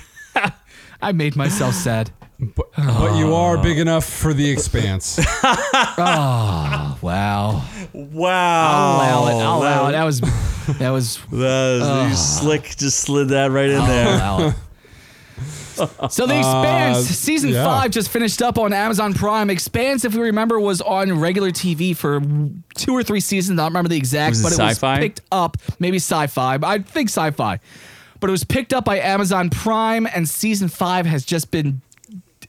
I made myself sad. But, but you Ah. are big enough for the expanse. Ah, Wow. wow. allow it. I'll allow it. That, Oh, That was that was that was- you slick just slid that right in I'll there. allow it. So Uh, the Expanse season yeah. five just finished up on Amazon Prime. Expanse, if we remember, was on regular TV for two or three seasons. I don't remember the exact, Was it but it sci-fi? was picked up. Maybe sci-fi. but I think sci-fi. But it was picked up by Amazon Prime, and season five has just been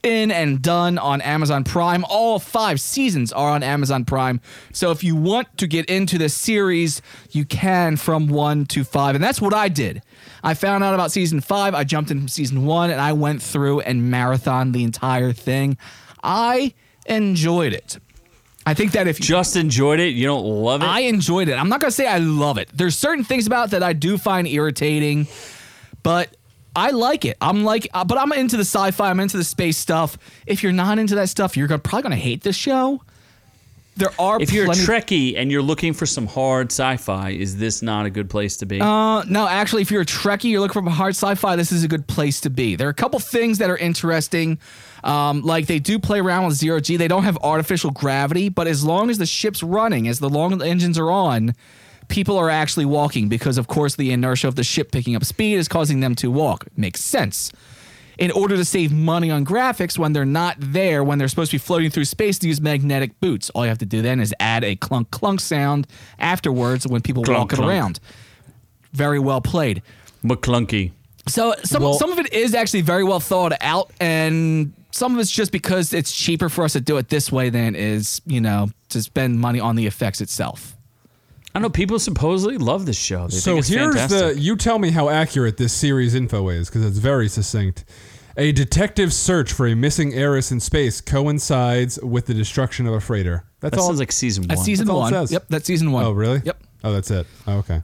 in and done on Amazon Prime. All five seasons are on Amazon Prime. So if you want to get into the series, you can from one to five. And that's what I did. I found out about season five. I jumped in from season one and I went through and marathoned the entire thing. I enjoyed it. I think that if you Just enjoyed it. You don't love it. I enjoyed it. I'm not gonna say I love it. There's certain things about it that I do find irritating, but I like it. I'm like, uh, but I'm into the sci-fi. I'm into the space stuff. If you're not into that stuff, you're gonna, probably gonna hate this show. There are if you're a plenty- Trekkie and you're looking for some hard sci-fi, is this not a good place to be? Uh, no, actually, if you're a Trekkie, you're looking for hard sci-fi. This is a good place to be. There are a couple things that are interesting. Um, like they do play around with zero G. They don't have artificial gravity, but as long as the ship's running, as the long as the engines are on, people are actually walking because, of course, the inertia of the ship picking up speed is causing them to walk. Makes sense. In order to save money on graphics when they're not there, when they're supposed to be floating through space, to use magnetic boots. All you have to do then is add a clunk clunk sound afterwards when people Clunk, walk it clunk. around very well played. McClunky. So some Well- some of it is actually very well thought out, and some of it's just because it's cheaper for us to do it this way than it is you know to spend money on the effects itself. I know people supposedly love this show. They So think it's here's fantastic. the. You tell me how accurate this series info is because it's very succinct. A detective's search for a missing heiress in space coincides with the destruction of a freighter. That's that all. sounds like season one. That's season That's all it one. says. Yep, that's season one. oh, really? Yep. Oh, that's it. Oh, okay.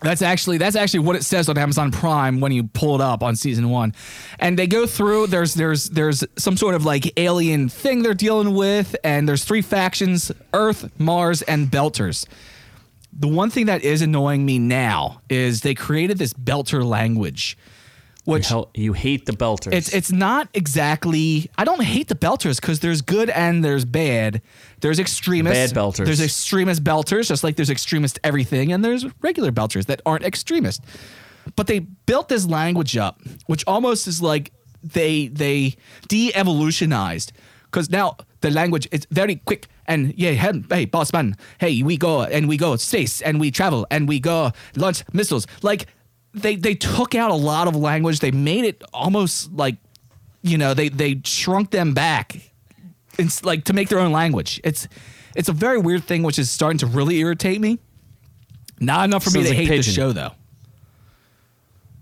That's actually that's actually what it says on Amazon Prime when you pull it up on season one, and they go through. There's there's there's some sort of like alien thing they're dealing with, and there's three factions: Earth, Mars, and Belters. The one thing that is annoying me now is they created this Belter language, which Hell, you hate the belters. it's it's not exactly. I don't hate the belters because there's good and there's bad. There's extremists. Bad belters. There's extremist belters, just like there's extremist everything, and there's regular belters that aren't extremist. But they built this language up, which almost is like they they de-evolutionized because now the language is very quick and yeah hey, hey boss man hey we go and we go space and we travel and we go launch missiles like they they took out a lot of language they made it almost like you know they they shrunk them back it's like to make their own language it's it's a very weird thing which is starting to really irritate me not enough for me Sounds to like hate pigeon. the show though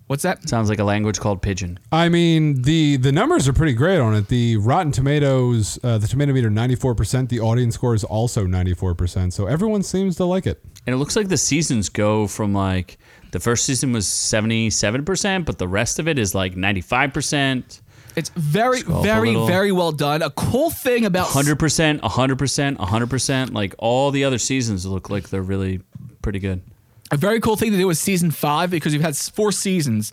what's that sounds like a language called pigeon. I mean the the numbers are pretty great on it. The Rotten Tomatoes, uh, the Tomato Meter, ninety four percent. The audience score is also ninety four percent. So everyone seems to like it. And it looks like the seasons go from like the first season was 77%, but the rest of it is like 95%, It's very, Scroll up a very, little. very well done. A cool thing about 100%, 100%, 100%. Like all the other seasons look like they're really pretty good. a very cool thing to do with season five because you've had s- four seasons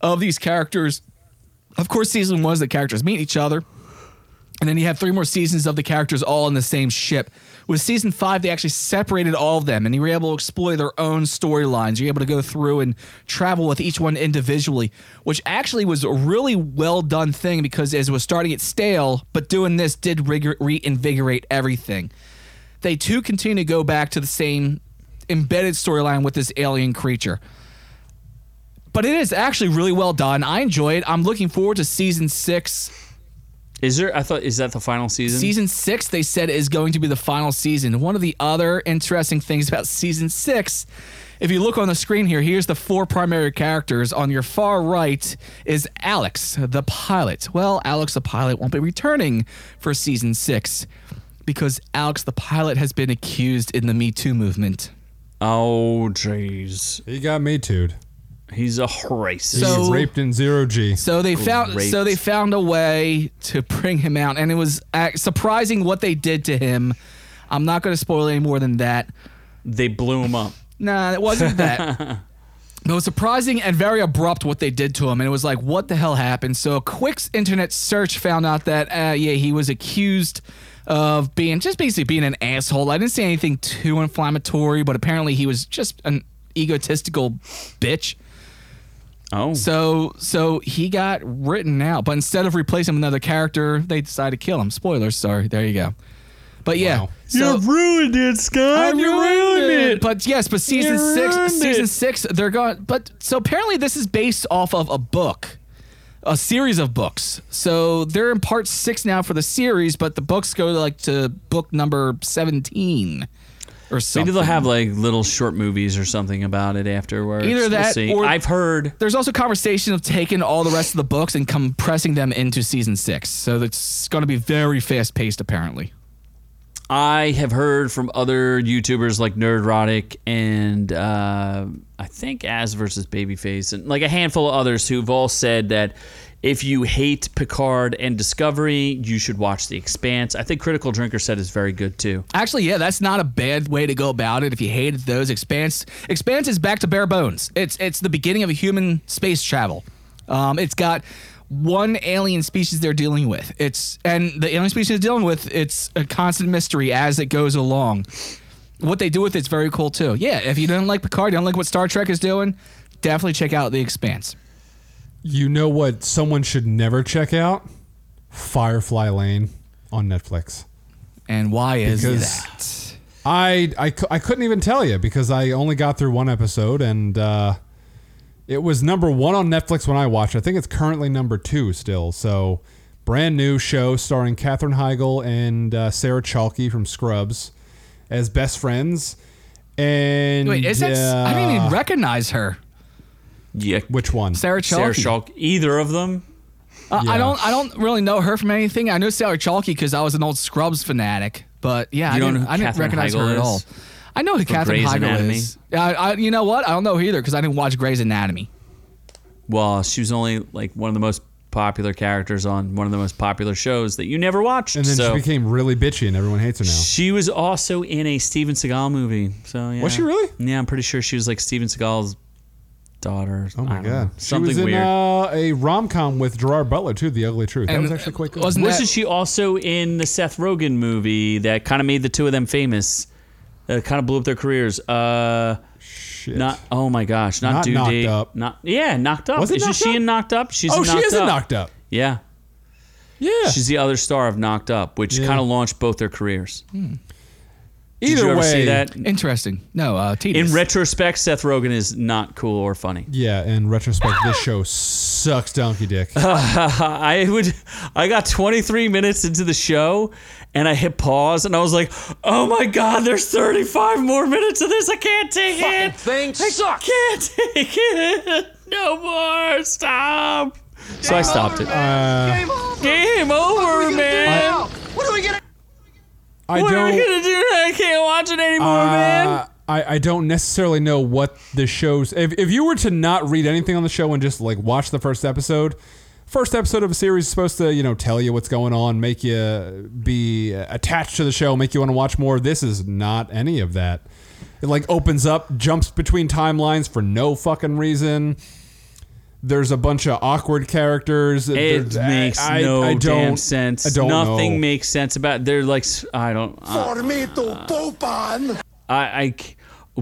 of these characters. Of course, season one is the characters meet each other, and then you have three more seasons of the characters all in the same ship. With season five, they actually separated all of them, and you were able to explore their own storylines. You're able to go through and travel with each one individually, which actually was a really well done thing because as it was starting it stale, but doing this did re- reinvigorate everything they too continue to go back to the same embedded storyline with this alien creature. But it is actually really well done. I enjoy it. I'm looking forward to season six. Is there, I thought, is that the final season? Season six, they said, is going to be the final season. One of the other interesting things about season six, if you look on the screen here, here's the four primary characters. On your far right is Alex, the pilot. Well, Alex, the pilot, won't be returning for season six because Alex, the pilot, has been accused in the Me Too movement. Oh, jeez. He got me tooed. He's a racist. He was So- raped in zero G. So they found Great. so they found a way to bring him out, and it was ac- surprising what they did to him. I'm not going to spoil any more than that. they blew him up. Nah, it wasn't that. it was surprising and very abrupt what they did to him, and it was like, what the hell happened? So a quick internet search found out that uh, yeah, he was accused of being just basically being an asshole. I didn't say anything too inflammatory, but apparently he was just an egotistical bitch. Oh. So so he got written out, but instead of replacing him with another character, they decided to kill him. Spoilers, sorry. There you go. But yeah, Wow. so ruined it, Scott. But yes, but season You six, ruined season it. six, they're going. But so apparently, this is based off of a book, a series of books. So they're in part six now for the series, but the books go like to book number seventeen or something. Maybe they'll have like little short movies or something about it afterwards. Either We'll that see. or- I've heard. There's also conversation of taking all the rest of the books and compressing them into season six. So it's going to be very fast paced, apparently. I have heard from other YouTubers like Nerdrotic and uh, I think As versus Babyface and like a handful of others who've all said that if you hate Picard and Discovery, you should watch The Expanse. I think Critical Drinker said it's very good too. Actually, yeah, that's not a bad way to go about it. If you hated those, Expanse Expanse is back to bare bones. It's it's the beginning of human space travel. Um, it's got one alien species they're dealing with. It's and the alien species they're dealing with. It's a constant mystery as it goes along. What they do with it's very cool too. Yeah, if you don't like Picard, you don't like what Star Trek is doing, definitely check out The Expanse. You know what someone should never check out? Firefly Lane on Netflix. And why is Because- that? I, I, cou- I couldn't even tell you because I only got through one episode and uh, it was number one on Netflix when I watched. I think it's currently number two still. So, brand new show starring Katherine Heigl and uh, Sarah Chalky from Scrubs as best friends. And Wait, is that? I didn't uh, even recognize her. Yeah, which one? Sarah Sarah Chalky. Shulk, either of them. Uh, Yeah. I don't. I don't really know her from anything. I know Sarah Chalky because I was an old Scrubs fanatic. But yeah, You I don't didn't, know who I didn't Katherine recognize Heigl her is? at all. I know who Katherine Grey's Heigl Anatomy? is. Yeah, I, I, you know what? I don't know either because I didn't watch Grey's Anatomy. Well, she was only like one of the most popular characters on one of the most popular shows that you never watched. and then so. she became really bitchy and everyone hates her now. She was also in a Steven Seagal movie. So yeah. Was she really? Yeah, I'm pretty sure she was like Steven Seagal's daughter. Oh my god! something she was weird. in uh, a rom com with Gerard Butler too. The Ugly Truth. that And was actually quite good. wasn't Wasn't that- she also in the Seth Rogen movie that kind of made the two of them famous? That kind of blew up their careers. Uh, Shit. not. Oh my gosh, not, Not Due Knocked Date. Up. Not. Yeah, knocked up. Was it Isn't Knocked she Up? in Knocked Up? She's oh, in she knocked is up. in knocked up. Yeah, Yeah. she's the other star of Knocked Up, which Yeah. Hmm. kind of launched both their careers. Either Did you ever way, see that? Interesting. No, uh, Mm. In tedious. retrospect, Seth Rogen is not cool or funny. Yeah, in retrospect, this show sucks donkey dick. I would I got 23 minutes into the show and I hit pause and I was like, "Oh my god, there's 35 more minutes of this. I can't take it. Thing sucks. Can't take it. No more. Stop." So I stopped it. Uh, Game over, man. What are we gonna? I What are we don't. gonna do? now? I can't watch it anymore, man. Uh, I, I don't necessarily know what the show's. If, if you were to not read anything on the show and just like watch the first episode, first episode of a series is supposed to you know tell you what's going on, make you be attached to the show, make you want to watch more. This is not any of that. It like opens up, jumps between timelines for no fucking reason. There's a bunch of awkward characters. It There's- I- makes I- no I don't- damn sense. I don't Nothing know. makes sense about. They're like s- I don't. I, I, I c-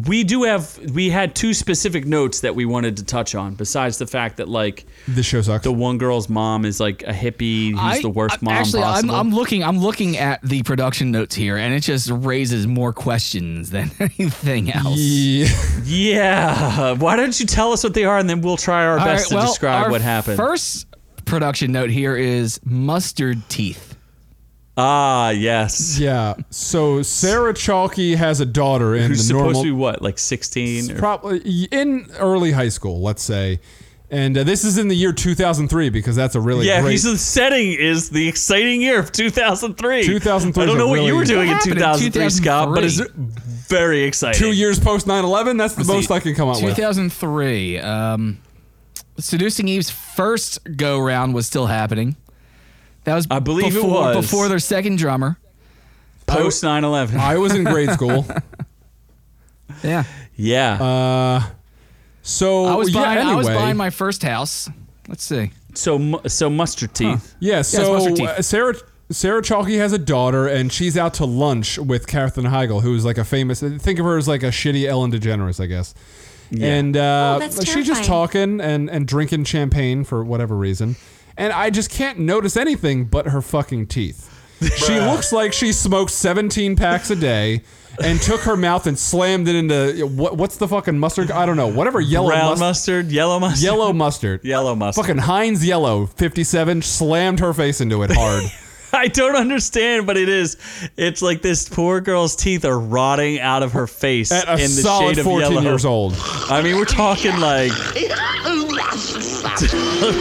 we do have we had two specific notes that we wanted to touch on. Besides the fact that like This show sucks. the one girl's mom is like a hippie who's I- the worst I- mom Actually, possible. I'm, I'm looking. I'm looking at the production notes here, and it just raises more questions than anything else. Yeah. yeah. Why don't you tell us what they are and then we'll try our All best right, to well, describe our what happened. First production note here is mustard teeth. ah, yes. Yeah. So Sarah Chalky has a daughter in Who's the supposed normal, to be what, like 16? Or, probably in early high school, let's say. And uh, this is in the year 2003 because that's a really yeah, great. he's the setting is the exciting year of 2003. 2003 I don't is a know what you really- were doing in What happened in 2003, Scott, but it's very exciting. two years post 9/11. That's the most see, I can come Oh, up with. 2003. Um, Seducing Eve's first go round was still happening. That was I believe it before, was. before their second drummer. Post 9 11. I was in grade school. Yeah, Yeah. So I was yeah, buying. anyway. I was buying my first house. Let's see. so, mu- so mustard teeth. Yeah, so mustard teeth. uh, Sarah Sarah Chalky has a daughter, and she's out to lunch with Katherine Heigl, who is like a famous. Think of her as like a shitty Ellen DeGeneres, I guess. And uh, Oh, that's she's just terrifying. talking and and drinking champagne for whatever reason, and I just can't notice anything but her fucking teeth. She looks like she smoked 17 packs a day and took her mouth and slammed it into what, what's the fucking mustard? I don't know. Whatever yellow Brown mustard, mustard. yellow mustard. Yellow mustard. Yellow mustard. Fucking Heinz Yellow 57 slammed her face into it hard. I don't understand, but it is. It's like this poor girl's teeth are rotting out of her face At a in the solid shade of 14 yellow. years old. I mean, we're talking like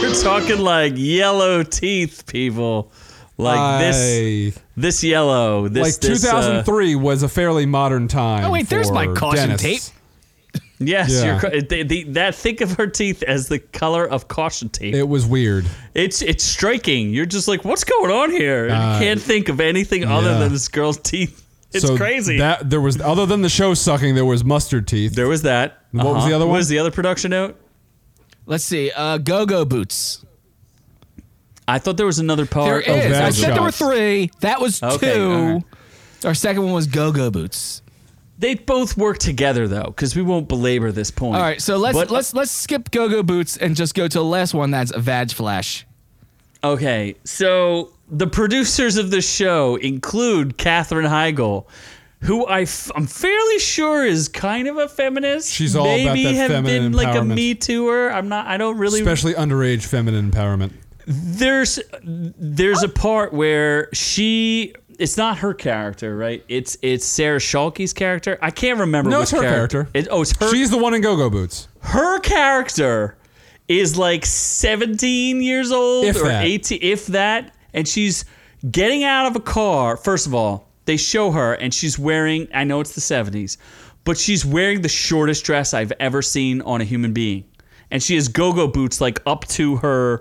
we're talking like yellow teeth, people. Like this, I- this yellow, this, like this, uh, 2003 was a fairly modern time. Oh, wait, there's my for caution dentists. tape. yes, Yeah. you're, cor- they, they, that. Think of her teeth as the color of caution tape. It was weird. it's it's striking. You're just like, what's going on here? And Uh, you can't think of anything other yeah. than this girl's teeth. It's So crazy. That there was other than the show sucking, there was mustard teeth. there was that. Uh-huh. What was the other What one? was the other production note? Let's see. Uh, Go Go Boots. I thought there was another There part. is. of bad I said there were shots. three. That was Okay, two. all right. Our second one was Go Go Boots. They both work together though, because we won't belabor this point. All right, so let's But- let's let's skip Go Go Boots and just go to the last one. That's Vag Flash. Okay, so the producers of the show include Katherine Heigl, who I f- I'm fairly sure is kind of a feminist. She's all Maybe about that have feminine been like a empowerment. Me Tooer. I'm not. I don't really. Especially underage feminine empowerment. there's there's a part where she. It's not her character, right? It's it's Sarah Schalke's character. I can't remember. No, which it's her character. It- oh, it's her. She's the one in go-go boots. her character is like 17 years old If or that. 18 if that and she's getting out of a car first of all they show her and she's wearing i know it's the 70s but she's wearing the shortest dress i've ever seen on a human being and she has go-go boots like up to her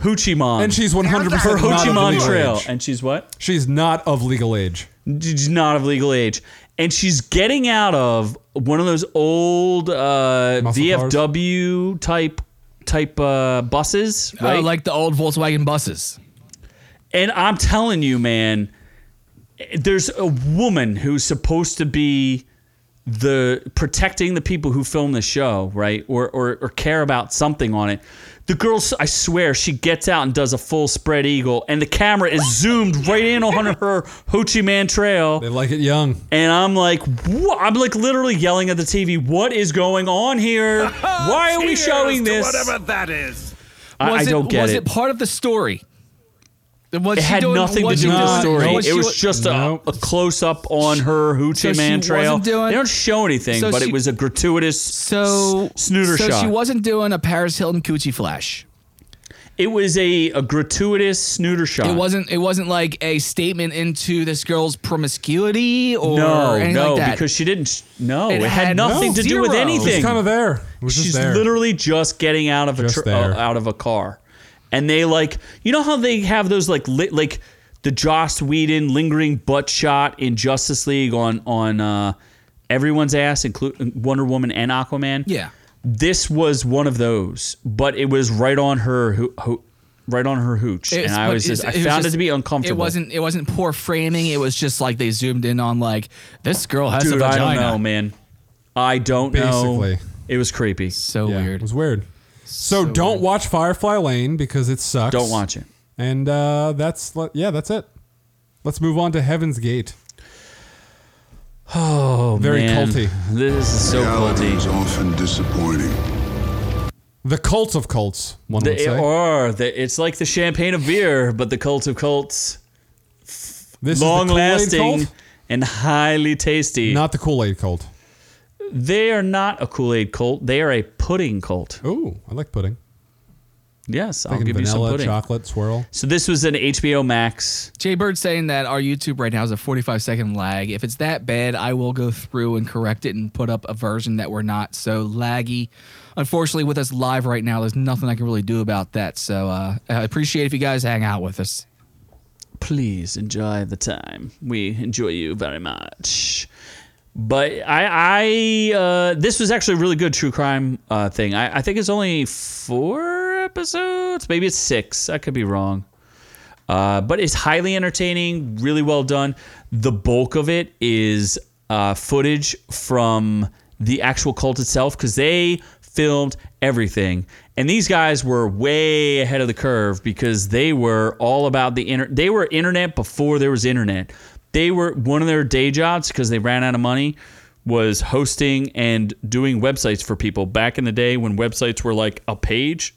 hoochie mom And she's 100% her not hoochie of mom legal trail age. and she's what She's not of legal age. she's not of legal age and she's getting out of one of those old uh, Muscle VFW type type uh, buses right Uh, like the old Volkswagen buses. and I'm telling you man there's a woman who's supposed to be the protecting the people who film the show, right? Or, or or care about something on it. The girl, I swear, she gets out and does a full spread eagle, and the camera is zoomed right in on her Hoochie Man Trail. They like it young. And I'm like, wha- I'm like literally yelling at the TV, what is going on here? Why are we showing this? Whatever that is. I, I don't get was it. it part of the story? Was It she had doing- nothing to was do she with the doing- story. no, was it she- was just Nope. a, a close up on her Hoochie So Man she trail. wasn't doing- they don't show anything, So but she- it was a gratuitous so s- snooter so shot. she wasn't doing a Paris Hilton coochie flash. it was a, a gratuitous snooter shot. It wasn't. It wasn't like a statement into this girl's promiscuity or No, anything no, like that. because she didn't. sh- No, It it, had had nothing no to do with zero. anything. She's kind of there. It was just She's there. literally just getting out of a Just tr- there. uh, out of a car, and they like you know how they have those like li- like the Joss Whedon lingering butt shot in Justice League on on uh, everyone's ass, including Wonder Woman and Aquaman. Yeah. this was one of those, but it was right on her ho- ho- right on her hooch, It's- and I but was just it's- I was found it just- to be uncomfortable. It wasn't. It wasn't poor framing. It was just like they zoomed in on like this girl has a dude. I vagina. don't know, man. I don't know. Basically. It was creepy. So Yeah, weird. It was weird. So, don't watch Firefly Lane because it sucks. Don't watch it. And uh, that's le- yeah, that's it. Let's move on to Heaven's Gate. Oh, Very man. culty. This is so Reality culty. is often disappointing. The cult of cults, one would The, say. or the, it's like the champagne of beer, but the cult of cults, this is the long Kool-Aid lasting cult? and highly tasty. Not the Kool Aid cult. they are not a Kool Aid cult. They are a pudding cult. Ooh, I like pudding. Yes, I'll Thinking give you some vanilla, pudding. chocolate, swirl. So this was an HBO Max. Jay Bird saying that our YouTube right now is a 45 second lag. If it's that bad, I will go through and correct it and put up a version that we're not so laggy. Unfortunately, with us live right now, there's nothing I can really do about that. So uh, I appreciate if you guys hang out with us. Please enjoy the time. We enjoy you very much. But I, I uh, this was actually a really good true crime uh, thing. I, I think it's only four episodes, maybe it's six. I could be wrong. Uh, but it's highly entertaining, really well done. The bulk of it is uh, footage from the actual cult itself because they filmed everything. And these guys were way ahead of the curve because they were all about the internet. They were internet before there was internet. They were one of their day jobs because they ran out of money was hosting and doing websites for people back in the day when websites were like a page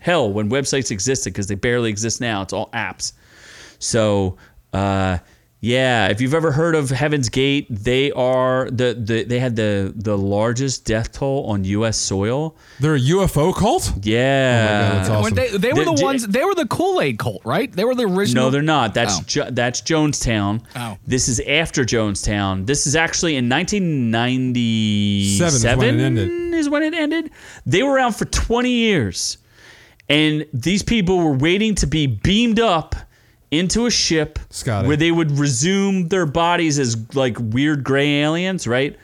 hell when websites existed because they barely exist now it's all apps so uh, Yeah, if you've ever heard of Heaven's Gate, they are the, the they had the the largest death toll on U.S. soil. They're a UFO cult? Oh Yeah, that's awesome. Weren't they, they were Did- the did- ones. They were the Kool Aid cult, right? They were the original. No, they're not. That's Oh. jo- that's Jonestown. Oh. This is after Jonestown. This is actually in 1997 Seven is when it ended. is when it ended. They were around for 20 years. And these people were waiting to be beamed up into a ship Scotty. where they would resume their bodies as like weird gray aliens, right?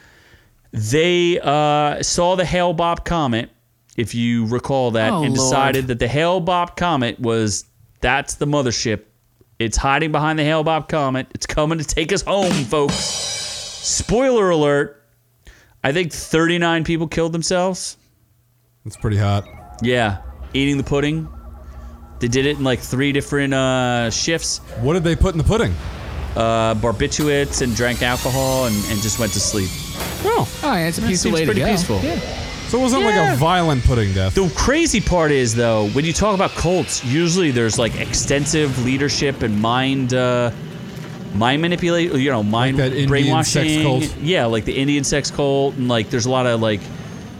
They uh, saw the Hale Bopp comet, if you recall that, Oh, and Lord. decided that the Hale Bopp comet was that's the mothership. It's hiding behind the Hale Bopp comet. It's coming to take us home, folks. Spoiler alert. I think 39 people killed themselves. It's pretty hot. Yeah, eating the pudding. They did it in like three different uh, shifts. What did they put in the pudding? Uh, barbiturates and drank alcohol and, and just went to sleep. Oh, Oh, yeah, it's a peaceful seems way to pretty go. peaceful. Yeah. so it wasn't like Yeah. a violent pudding death. The crazy part is though, when you talk about cults, usually there's like extensive leadership and mind, uh, mind manipulation. You know, mind that Indian brainwashing. sex cult. Yeah, like the Indian sex cult, and like there's a lot of like,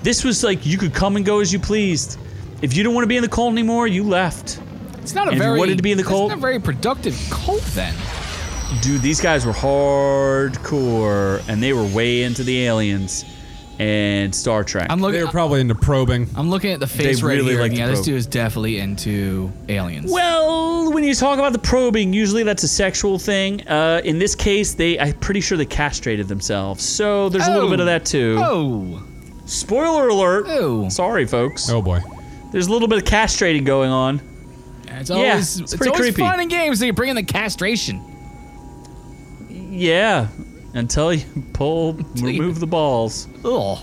this was like you could come and go as you pleased. If you didn't want to be in the cult anymore, you left. It's not a And if you very. wanted to be in the cult- It's not a very productive cult then. Dude, these guys were hardcore, and they were way into the aliens and Star Trek. I'm they looking. were probably into probing. I'm looking at the face right really here. like yeah, the this probe. dude is definitely into aliens. Well, when you talk about the probing, usually that's a sexual thing. Uh, in this case, they I'm pretty sure they castrated themselves. So there's a little Oh. bit of that too. oh, Spoiler alert. Oh. Sorry, folks. Oh boy. There's a little bit of castrating going on. it's always it's it's, pretty always creepy. fun and games. They bring in the castration. Yeah. Until you pull, you- remove the balls. Ugh.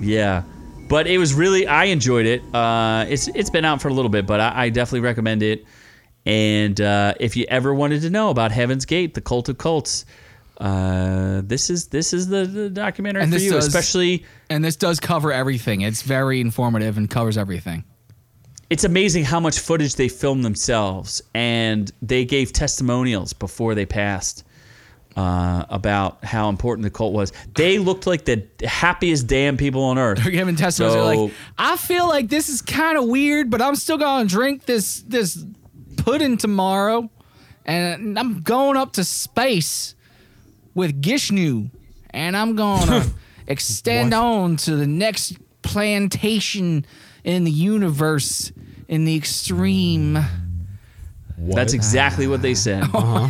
Yeah. But it was really I enjoyed it. Uh, it's it's been out for a little bit, but I, I definitely recommend it. And uh, if you ever wanted to know about Heaven's Gate, the cult of cults, uh, this is this is the, the documentary And for this you, does- especially And this does cover everything. It's very informative and covers everything. it's amazing how much footage they filmed themselves and they gave testimonials before they passed uh, about how important the cult was. They looked like the happiest damn people on earth. They're giving testimonies. They're like, So- I feel like this is kind of weird, but I'm still gonna drink this this pudding tomorrow, and I'm going up to space with Gishnu, and I'm gonna extend on to the next plantation in the universe in the extreme. That's exactly what they said. Oh,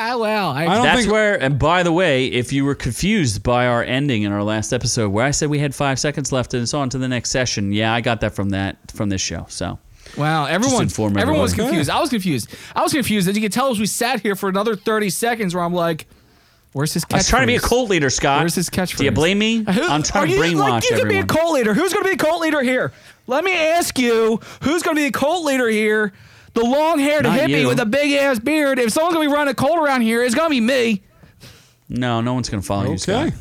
Ah, well, I, I don't That's think- where, and by the way, if you were confused by our ending in our last episode, where I said we had five seconds left and it's on to the next session, yeah, I got that from that from this show. So Wow, everyone, inform everyone was everyone. confused. I was confused. I was confused. As you can tell, as we sat here for another 30 seconds, where I'm like, where's his catchphrase? I was trying to be a cult leader, Scott. Where's his catchphrase? Uh, Do you blame me? Who- I'm are trying to you- brainwash like, you everyone. could be a cult leader. Who's going to be a cult leader here? Let me ask you, who's going to be the cult leader here? The long-haired Not hippie you. with a big-ass beard. If someone's going to be running a cult around here, it's going to be me. no, no one's gonna follow you, Scott. Okay.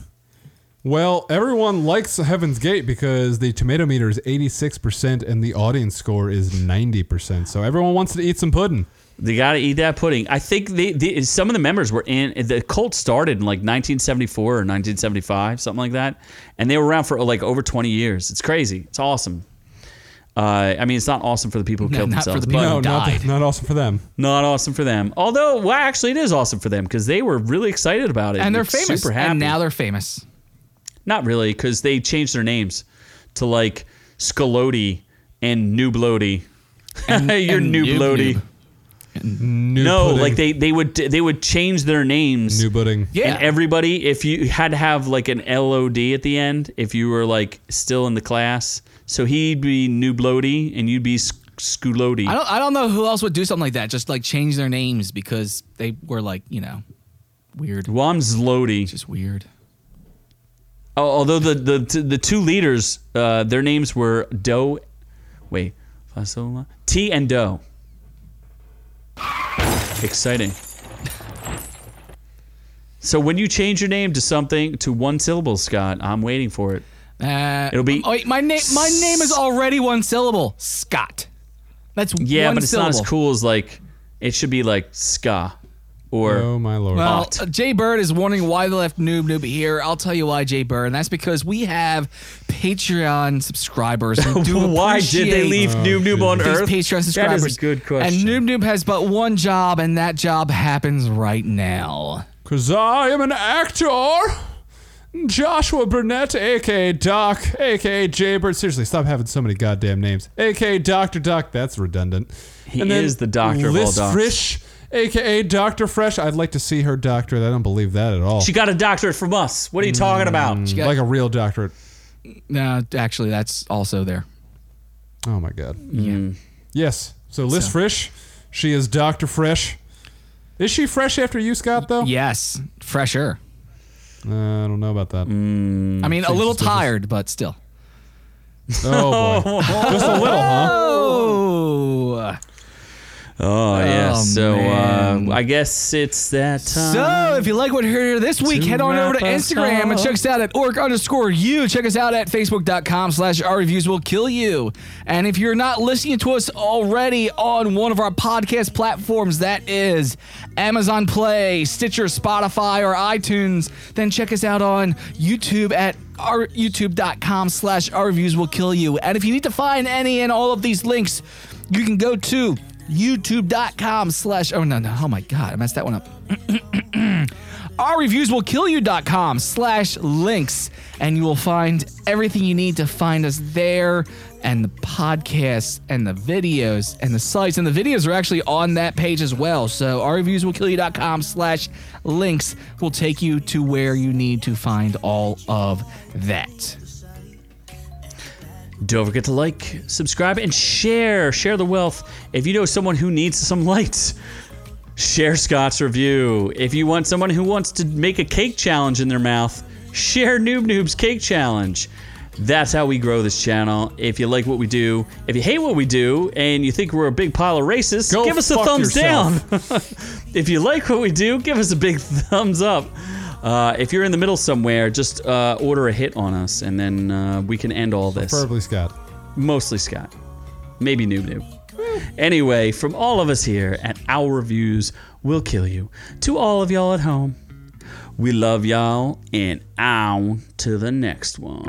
Well, everyone likes Heaven's Gate because the tomato meter is 86% and the audience score is 90%. So everyone wants to eat some pudding. They got to eat that pudding. I think the, the some of the members were in the cult started in like 1974 or 1975, something like that, and they were around for like over 20 years. It's crazy. It's awesome. Uh, I mean, it's not awesome for the people who No, killed not for themselves. the people but- who no, not, died. not awesome for them. Not awesome for them. Although, well, actually, it is awesome for them because they were really excited about it. And they're It's famous. Super happy. And now they're famous. Not really, because they changed their names to like Scalodi and Nooblody. You're and Noob Nooblody. Noob. New No, pudding, like they, they would they would change their names. New pudding. Yeah. And everybody, if you had to have like an LOD at the end, if you were like still in the class, so he'd be Nooblody and you'd be Sc- Sculodi. I don't. I don't know who else would do something like that. Just like change their names because they were like you know, weird. Well, I'm Zlody. Just weird. Oh, although the the t- the two leaders, uh, their names were Doe, wait, Fasola, T and Doe. Exciting. So when you change your name to something to one syllable, Scott, I'm waiting for it. Uh, It'll be- oh, wait, my name. My name is already one syllable. Scott. That's Yeah, one but it's syllable. not as cool as like it should be like ska. or Oh my lord. Well, Hot. uh, Jay Bird is wondering why the left noob noob here. I'll tell you why, Jay Bird, and that's because we have Patreon subscribers. Who do why did they appreciate leave Oh, Noob Noob on these Earth? Patreon subscribers? That is a good question. And noob noob has but one job, and that job happens right now. Cause I am an actor. Joshua Burnett, aka Doc, aka Jaybird. Seriously, stop having so many goddamn names. Aka Doctor Doc. That's redundant. He is the doctor of all Liz docs. Frisch, aka Doctor Fresh. I'd like to see her doctorate. I don't believe that at all. she got a doctorate from us. What are you talking about? got- like a real doctorate. No, actually, that's also there. Oh my god. Yeah. Yes. So Liz Frisch, she is Doctor Fresh. Is she fresh after you, Scott? Though. Yes, fresher. Uh, I don't know about that. Mm. Hmm, I mean, a little tired, but still. Oh boy. Just a little, huh? Oh. Oh yeah. Oh, so man. uh, I guess it's that time. So, if you like what you heard here this week, to head on over to wrap us Instagram and up. check us out at orc underscore you. Check us out at facebook.com slash our reviews will kill you. And if you're not listening to us already on one of our podcast platforms, that is Amazon Play, Stitcher, Spotify, or iTunes, then check us out on YouTube at our youtube.com slash our reviews will kill you. And if you need to find any and all of these links, you can go to youtube.com slash oh no no oh my god i messed that one up our reviews will kill you.com slash links and you will find everything you need to find us there and the podcasts and the videos and the sites and the videos are actually on that page as well so our reviews will kill you.com slash links will take you to where you need to find all of that Don't forget to like, subscribe, and share. Share the wealth. If you know someone who needs some lights, share Scott's review. If you want someone who wants to make a cake challenge in their mouth, share Noob Noob's cake challenge. That's how we grow this channel. If you like what we do, if you hate what we do, and you think we're a big pile of racists, Go give us a fuck thumbs yourself. down. if you like what we do, give us a big thumbs up. Uh, if you're in the middle somewhere, just uh, order a hit on us, and then uh, we can end all this. Preferably Scott. Mostly Scott. Maybe Noob Noob. Anyway, from all of us here at Our Reviews Will Kill You, to all of y'all at home, we love y'all and on to the next one.